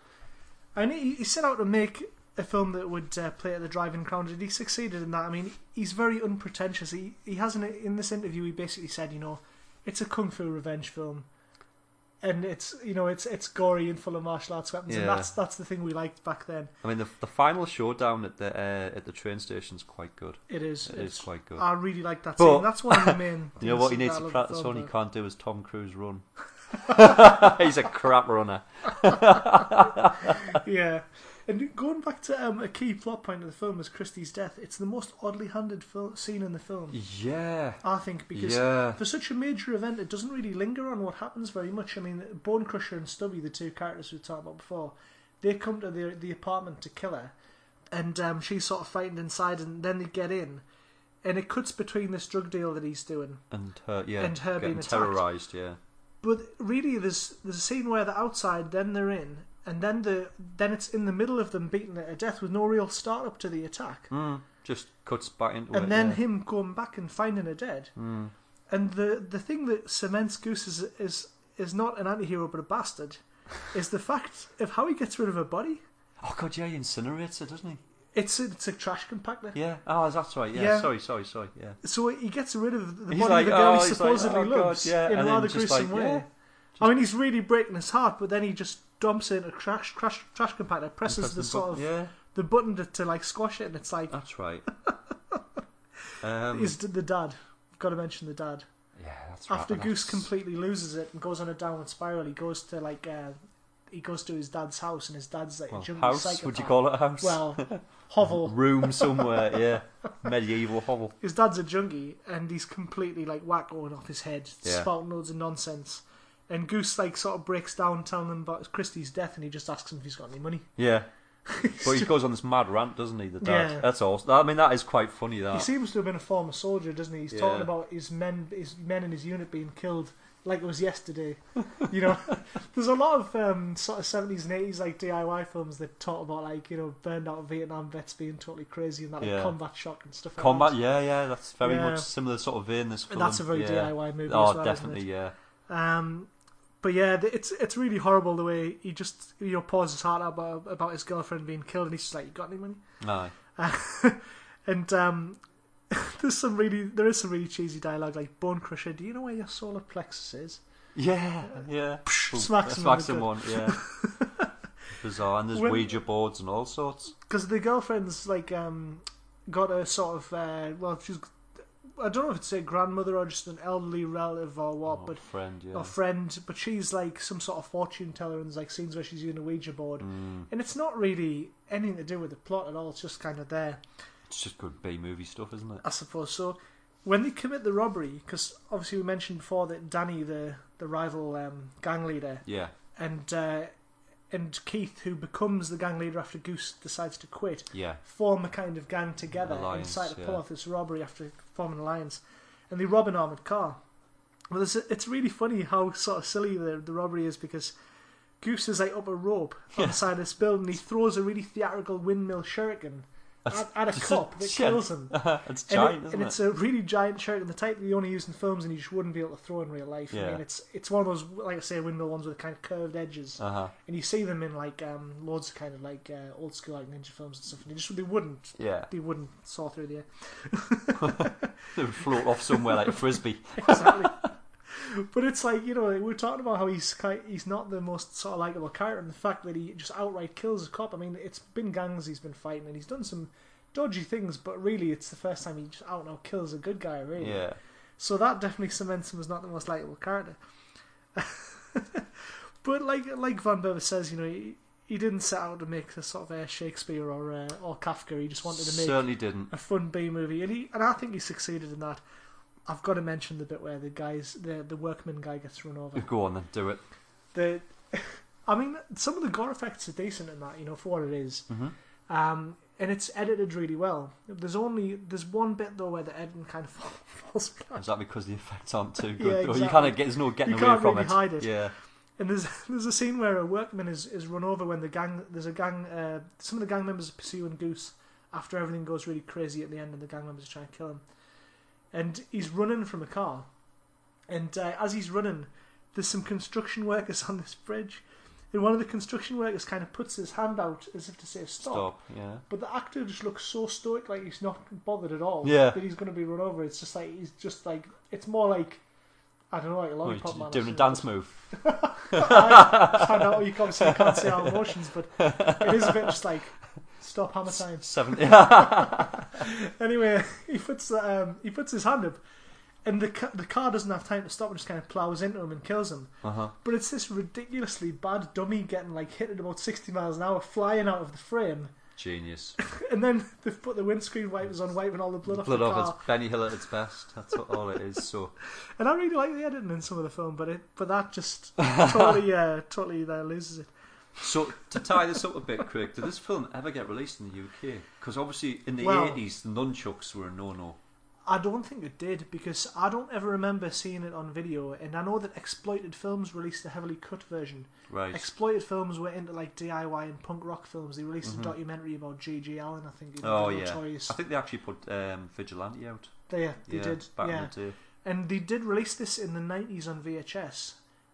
Speaker 2: yeah. And he, he set out to make a film that would uh, play at the driving crowd, and he succeeded in that. I mean, he's very unpretentious. He he has an, in this interview he basically said, you know, it's a kung fu revenge film. And it's you know it's it's gory and full of martial arts weapons
Speaker 1: Yeah.
Speaker 2: and that's that's the thing we liked back then.
Speaker 1: I mean, the, the final showdown at the uh, at the train station's quite good.
Speaker 2: It is
Speaker 1: It is quite good.
Speaker 2: I really like that
Speaker 1: But-
Speaker 2: scene. That's one of the main.
Speaker 1: You know
Speaker 2: things
Speaker 1: what he
Speaker 2: that I
Speaker 1: needs to
Speaker 2: love
Speaker 1: practice
Speaker 2: about
Speaker 1: on? He
Speaker 2: that.
Speaker 1: can't do is Tom Cruise run. He's a crap runner.
Speaker 2: yeah. And going back to um, a key plot point of the film is Christie's death. It's the most oddly handed fil- scene in the film,
Speaker 1: Yeah.
Speaker 2: I think, because
Speaker 1: yeah.
Speaker 2: for such a major event, it doesn't really linger on what happens very much. I mean, Bone Crusher and Stubby, the two characters we talked about before, they come to the the apartment to kill her, and um, she's sort of frightened inside, and then they get in, and it cuts between this drug deal that he's doing
Speaker 1: And her, yeah,
Speaker 2: And her
Speaker 1: getting
Speaker 2: being attacked.
Speaker 1: terrorized. Yeah.
Speaker 2: but really, there's there's a scene where they're outside, then they're in, and then the then it's in the middle of them beating her to death with no real start up to the attack,
Speaker 1: Mm, just cuts back into it.
Speaker 2: and then
Speaker 1: yeah.
Speaker 2: him going back and finding her dead. And the the thing that cements Goose is is is not an anti-hero but a bastard, is the fact of how he gets rid of her body.
Speaker 1: Oh god, yeah, he incinerates her, doesn't
Speaker 2: It's a, it's a trash compactor.
Speaker 1: he? Yeah. Oh, that's right. Yeah.
Speaker 2: Yeah.
Speaker 1: Sorry, sorry, sorry. Yeah.
Speaker 2: So he gets rid of the
Speaker 1: He's
Speaker 2: body
Speaker 1: like,
Speaker 2: of the girl
Speaker 1: oh,
Speaker 2: he
Speaker 1: he's like,
Speaker 2: supposedly
Speaker 1: oh, God,
Speaker 2: loves
Speaker 1: yeah,
Speaker 2: in a
Speaker 1: and then
Speaker 2: rather
Speaker 1: just
Speaker 2: gruesome
Speaker 1: like,
Speaker 2: way.
Speaker 1: yeah,
Speaker 2: I mean, he's really breaking his heart, but then he just dumps it in a trash trash trash compactor, presses the sort of
Speaker 1: Yeah,
Speaker 2: the button to, to like squash it, and it's like
Speaker 1: that's right. um,
Speaker 2: is the dad. Got to mention the dad.
Speaker 1: yeah, that's right.
Speaker 2: After
Speaker 1: that's-
Speaker 2: Goose completely loses it and goes on a downward spiral, he goes to like uh, he goes to his dad's house, and his dad's like
Speaker 1: well,
Speaker 2: a jungle
Speaker 1: house?
Speaker 2: psychopath.
Speaker 1: Would you call it a house?
Speaker 2: Well, hovel.
Speaker 1: room somewhere. yeah, medieval hovel.
Speaker 2: His dad's a junkie, and he's completely like wackoing off his head,
Speaker 1: Yeah.
Speaker 2: spouting loads of nonsense. And Goose like sort of breaks down, telling them about Christie's death, and he just asks him if he's got any money.
Speaker 1: Yeah. But he goes on this mad rant, doesn't he? The dad.
Speaker 2: Yeah.
Speaker 1: That's awesome. I mean, that is quite funny. That
Speaker 2: He seems to have been a former soldier, doesn't he? He's
Speaker 1: Ah. Yeah.
Speaker 2: talking about his men, his men in his unit being killed like it was yesterday. You know, there's a lot of um, sort of seventies and eighties like DIY films that talk about like you know burned out Vietnam vets being totally crazy and that like
Speaker 1: Yeah.
Speaker 2: combat shock and stuff.
Speaker 1: combat.
Speaker 2: like
Speaker 1: Yeah, yeah. That's very
Speaker 2: Yeah.
Speaker 1: much similar sort of vein. This
Speaker 2: that.
Speaker 1: film.
Speaker 2: And that's a very
Speaker 1: yeah.
Speaker 2: DIY movie.
Speaker 1: Oh,
Speaker 2: as well,
Speaker 1: definitely.
Speaker 2: Isn't
Speaker 1: Yeah.
Speaker 2: it? Um, but yeah, th- it's it's really horrible the way he just you know pours his heart out about, about his girlfriend being killed, and he's just like, "You got any money?"
Speaker 1: Aye.
Speaker 2: and um, there's some really there is some really cheesy dialogue like Bone Crusher. Do you know where your solar plexus is?
Speaker 1: Yeah. Yeah. Boom.
Speaker 2: smacks him in the
Speaker 1: someone. Yeah. Bizarre. And there's
Speaker 2: When-
Speaker 1: Ouija boards and all sorts.
Speaker 2: Because the girlfriend's like um, got a sort of uh, well, she's I don't know if it's a grandmother or just an elderly relative or what,
Speaker 1: Oh,
Speaker 2: but
Speaker 1: friend. Yeah.
Speaker 2: or friend. But she's like some sort of fortune teller, and there's like scenes where she's using a Ouija board,
Speaker 1: Mm,
Speaker 2: and it's not really anything to do with the plot at all. It's just kind of there.
Speaker 1: It's just good B movie stuff, isn't it?
Speaker 2: I suppose so. When they commit the robbery, because obviously we mentioned before that Danny, the the rival um, gang leader,
Speaker 1: Yeah.
Speaker 2: and uh, and Keith, who becomes the gang leader after Goose decides to quit,
Speaker 1: Yeah.
Speaker 2: form a kind of gang together
Speaker 1: Alliance,
Speaker 2: and decide to pull
Speaker 1: yeah.
Speaker 2: off this robbery after forming an alliance, and they rob an armored car. Well, it's, it's really funny how sort of silly the, the robbery is because Goose is like up a rope on the side of this building. and He throws a really theatrical windmill shuriken at, at a cop that
Speaker 1: shit.
Speaker 2: kills him.
Speaker 1: it's
Speaker 2: And, it-
Speaker 1: giant,
Speaker 2: and
Speaker 1: isn't
Speaker 2: it's
Speaker 1: it?
Speaker 2: a really giant shuriken, the type that you only use in films and you just wouldn't be able to throw in real life. I
Speaker 1: Yeah.
Speaker 2: mean, it's it's one of those, like I say, windmill ones with kind of curved edges.
Speaker 1: Uh huh.
Speaker 2: And you see them in like um, loads of kind of like uh, old school like ninja films and stuff. And they just they wouldn't
Speaker 1: Yeah.
Speaker 2: they wouldn't saw through the air.
Speaker 1: It would float off somewhere like a frisbee.
Speaker 2: Exactly. but it's like you know like, we we're talking about how he's ki- he's not the most sort of likable character, and the fact that he just outright kills a cop. I mean, it's been gangs he's been fighting, and he's done some dodgy things, but really, it's the first time he just out and out kills a good guy. Really,
Speaker 1: Yeah.
Speaker 2: so that definitely cements him as not the most likable character. but like like Van Burber says, you know, he, he didn't set out to make a sort of uh, Shakespeare or uh, or Kafka. He just wanted to make
Speaker 1: Certainly didn't.
Speaker 2: a fun B movie, and he and I think he succeeded in that. I've got to mention the bit where the guys, the the workman guy gets run over.
Speaker 1: Go on then, do it.
Speaker 2: the, I mean, some of the gore effects are decent in that, you know, for what it is. um, and it's edited really well. There's only there's one bit though where the editing kind of falls flat,
Speaker 1: Is that because the effects aren't too good?
Speaker 2: Yeah,
Speaker 1: Or you
Speaker 2: exactly.
Speaker 1: kind of get there's no getting
Speaker 2: You
Speaker 1: away
Speaker 2: can't
Speaker 1: from
Speaker 2: really
Speaker 1: it.
Speaker 2: hide it.
Speaker 1: Yeah.
Speaker 2: And there's there's a scene where a workman is, is run over when the gang there's a gang uh, some of the gang members are pursuing Goose after everything goes really crazy at the end and the gang members are trying to kill him, and he's running from a car, and uh, as he's running, there's some construction workers on this bridge, and one of the construction workers kind of puts his hand out as if to say stop,
Speaker 1: Stop. Yeah.
Speaker 2: but the actor just looks so stoic, like he's not bothered at all.
Speaker 1: Yeah.
Speaker 2: that he's going to be run over. It's just like he's just like it's more like. I don't know, like a
Speaker 1: Oh,
Speaker 2: lollipop
Speaker 1: you're
Speaker 2: man. or
Speaker 1: doing a
Speaker 2: something.
Speaker 1: dance move.
Speaker 2: I found out you can't see, can't see our emotions, but it is a bit just like stop hammer time.
Speaker 1: Seven. Yeah.
Speaker 2: Anyway, he puts the, um, he puts his hand up, and the ca- the car doesn't have time to stop and just kind of plows into him and kills him.
Speaker 1: Uh-huh.
Speaker 2: But it's this ridiculously bad dummy getting like hit at about sixty miles an hour, flying out of the frame,
Speaker 1: Genius.
Speaker 2: and then they've put the windscreen wipers on, wiping all the blood off
Speaker 1: Blood
Speaker 2: the
Speaker 1: off.
Speaker 2: car.
Speaker 1: It's Benny Hill at its best. That's what- all it is. So
Speaker 2: And I really like the editing in some of the film, but it but that just totally uh, totally uh, loses it.
Speaker 1: So to tie this up a bit, Craig, did this film ever get released in the UK? Because obviously in the
Speaker 2: Well-
Speaker 1: eighties, the nunchucks were a no-no.
Speaker 2: I don't think it did because I don't ever remember seeing it on video, and I know that Exploited Films released a heavily cut version.
Speaker 1: Right.
Speaker 2: Exploited Films were into like DIY and punk rock films. They released a documentary about G.G. Allen, I think. who
Speaker 1: Mm-hmm. oh
Speaker 2: did
Speaker 1: yeah.
Speaker 2: Notorious.
Speaker 1: I think they actually put um, Vigilante out.
Speaker 2: They, they
Speaker 1: yeah,
Speaker 2: did,
Speaker 1: back
Speaker 2: yeah.
Speaker 1: in the day.
Speaker 2: And they did release this in the nineties on VHS,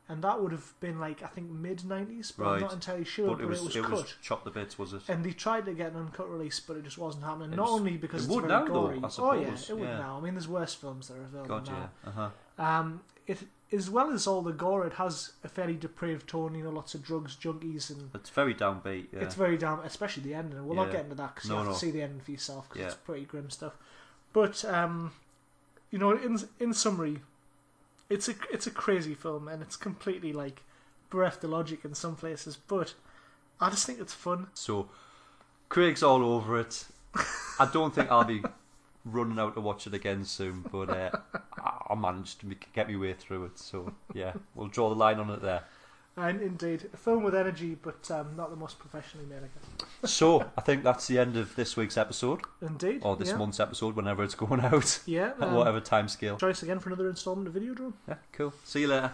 Speaker 2: and that would have been like I think mid nineties, but I'm
Speaker 1: Right.
Speaker 2: not entirely sure. But,
Speaker 1: but it was,
Speaker 2: cut.
Speaker 1: chopped to bits, was it?
Speaker 2: and they tried to get an uncut release, but it just wasn't happening.
Speaker 1: It
Speaker 2: Not
Speaker 1: was-
Speaker 2: only because
Speaker 1: it
Speaker 2: it's
Speaker 1: would
Speaker 2: very
Speaker 1: now, though,
Speaker 2: gory.
Speaker 1: I
Speaker 2: oh yeah,
Speaker 1: suppose,
Speaker 2: it would
Speaker 1: yeah.
Speaker 2: now. I mean, there's worse films that are available
Speaker 1: God,
Speaker 2: now.
Speaker 1: yeah. Uh-huh.
Speaker 2: Um, it as well as all the gore, it has a fairly depraved tone. You know, lots of drugs, junkies, and
Speaker 1: It's very downbeat. Yeah.
Speaker 2: it's very damn. Especially the ending. We'll not
Speaker 1: Yeah.
Speaker 2: get into that because
Speaker 1: No,
Speaker 2: you have
Speaker 1: no.
Speaker 2: to see the ending for yourself because
Speaker 1: Yeah.
Speaker 2: it's pretty grim stuff. But um, you know, in in summary, it's a it's a crazy film and it's completely like bereft of logic in some places. But I just think it's fun.
Speaker 1: So Craig's all over it. I don't think I'll be running out to watch it again soon, but uh, I- I managed to make- get my way through it. So yeah, we'll draw the line on it there.
Speaker 2: And indeed, a film with energy, but um, not the most professionally made. I guess.
Speaker 1: So I think that's the end of this week's episode
Speaker 2: Indeed.
Speaker 1: or Oh, this
Speaker 2: yeah.
Speaker 1: month's episode, whenever it's going out
Speaker 2: Yeah.
Speaker 1: at
Speaker 2: Um,
Speaker 1: whatever time scale.
Speaker 2: Join us again for another installment of Video Drone.
Speaker 1: Yeah, cool. See you later.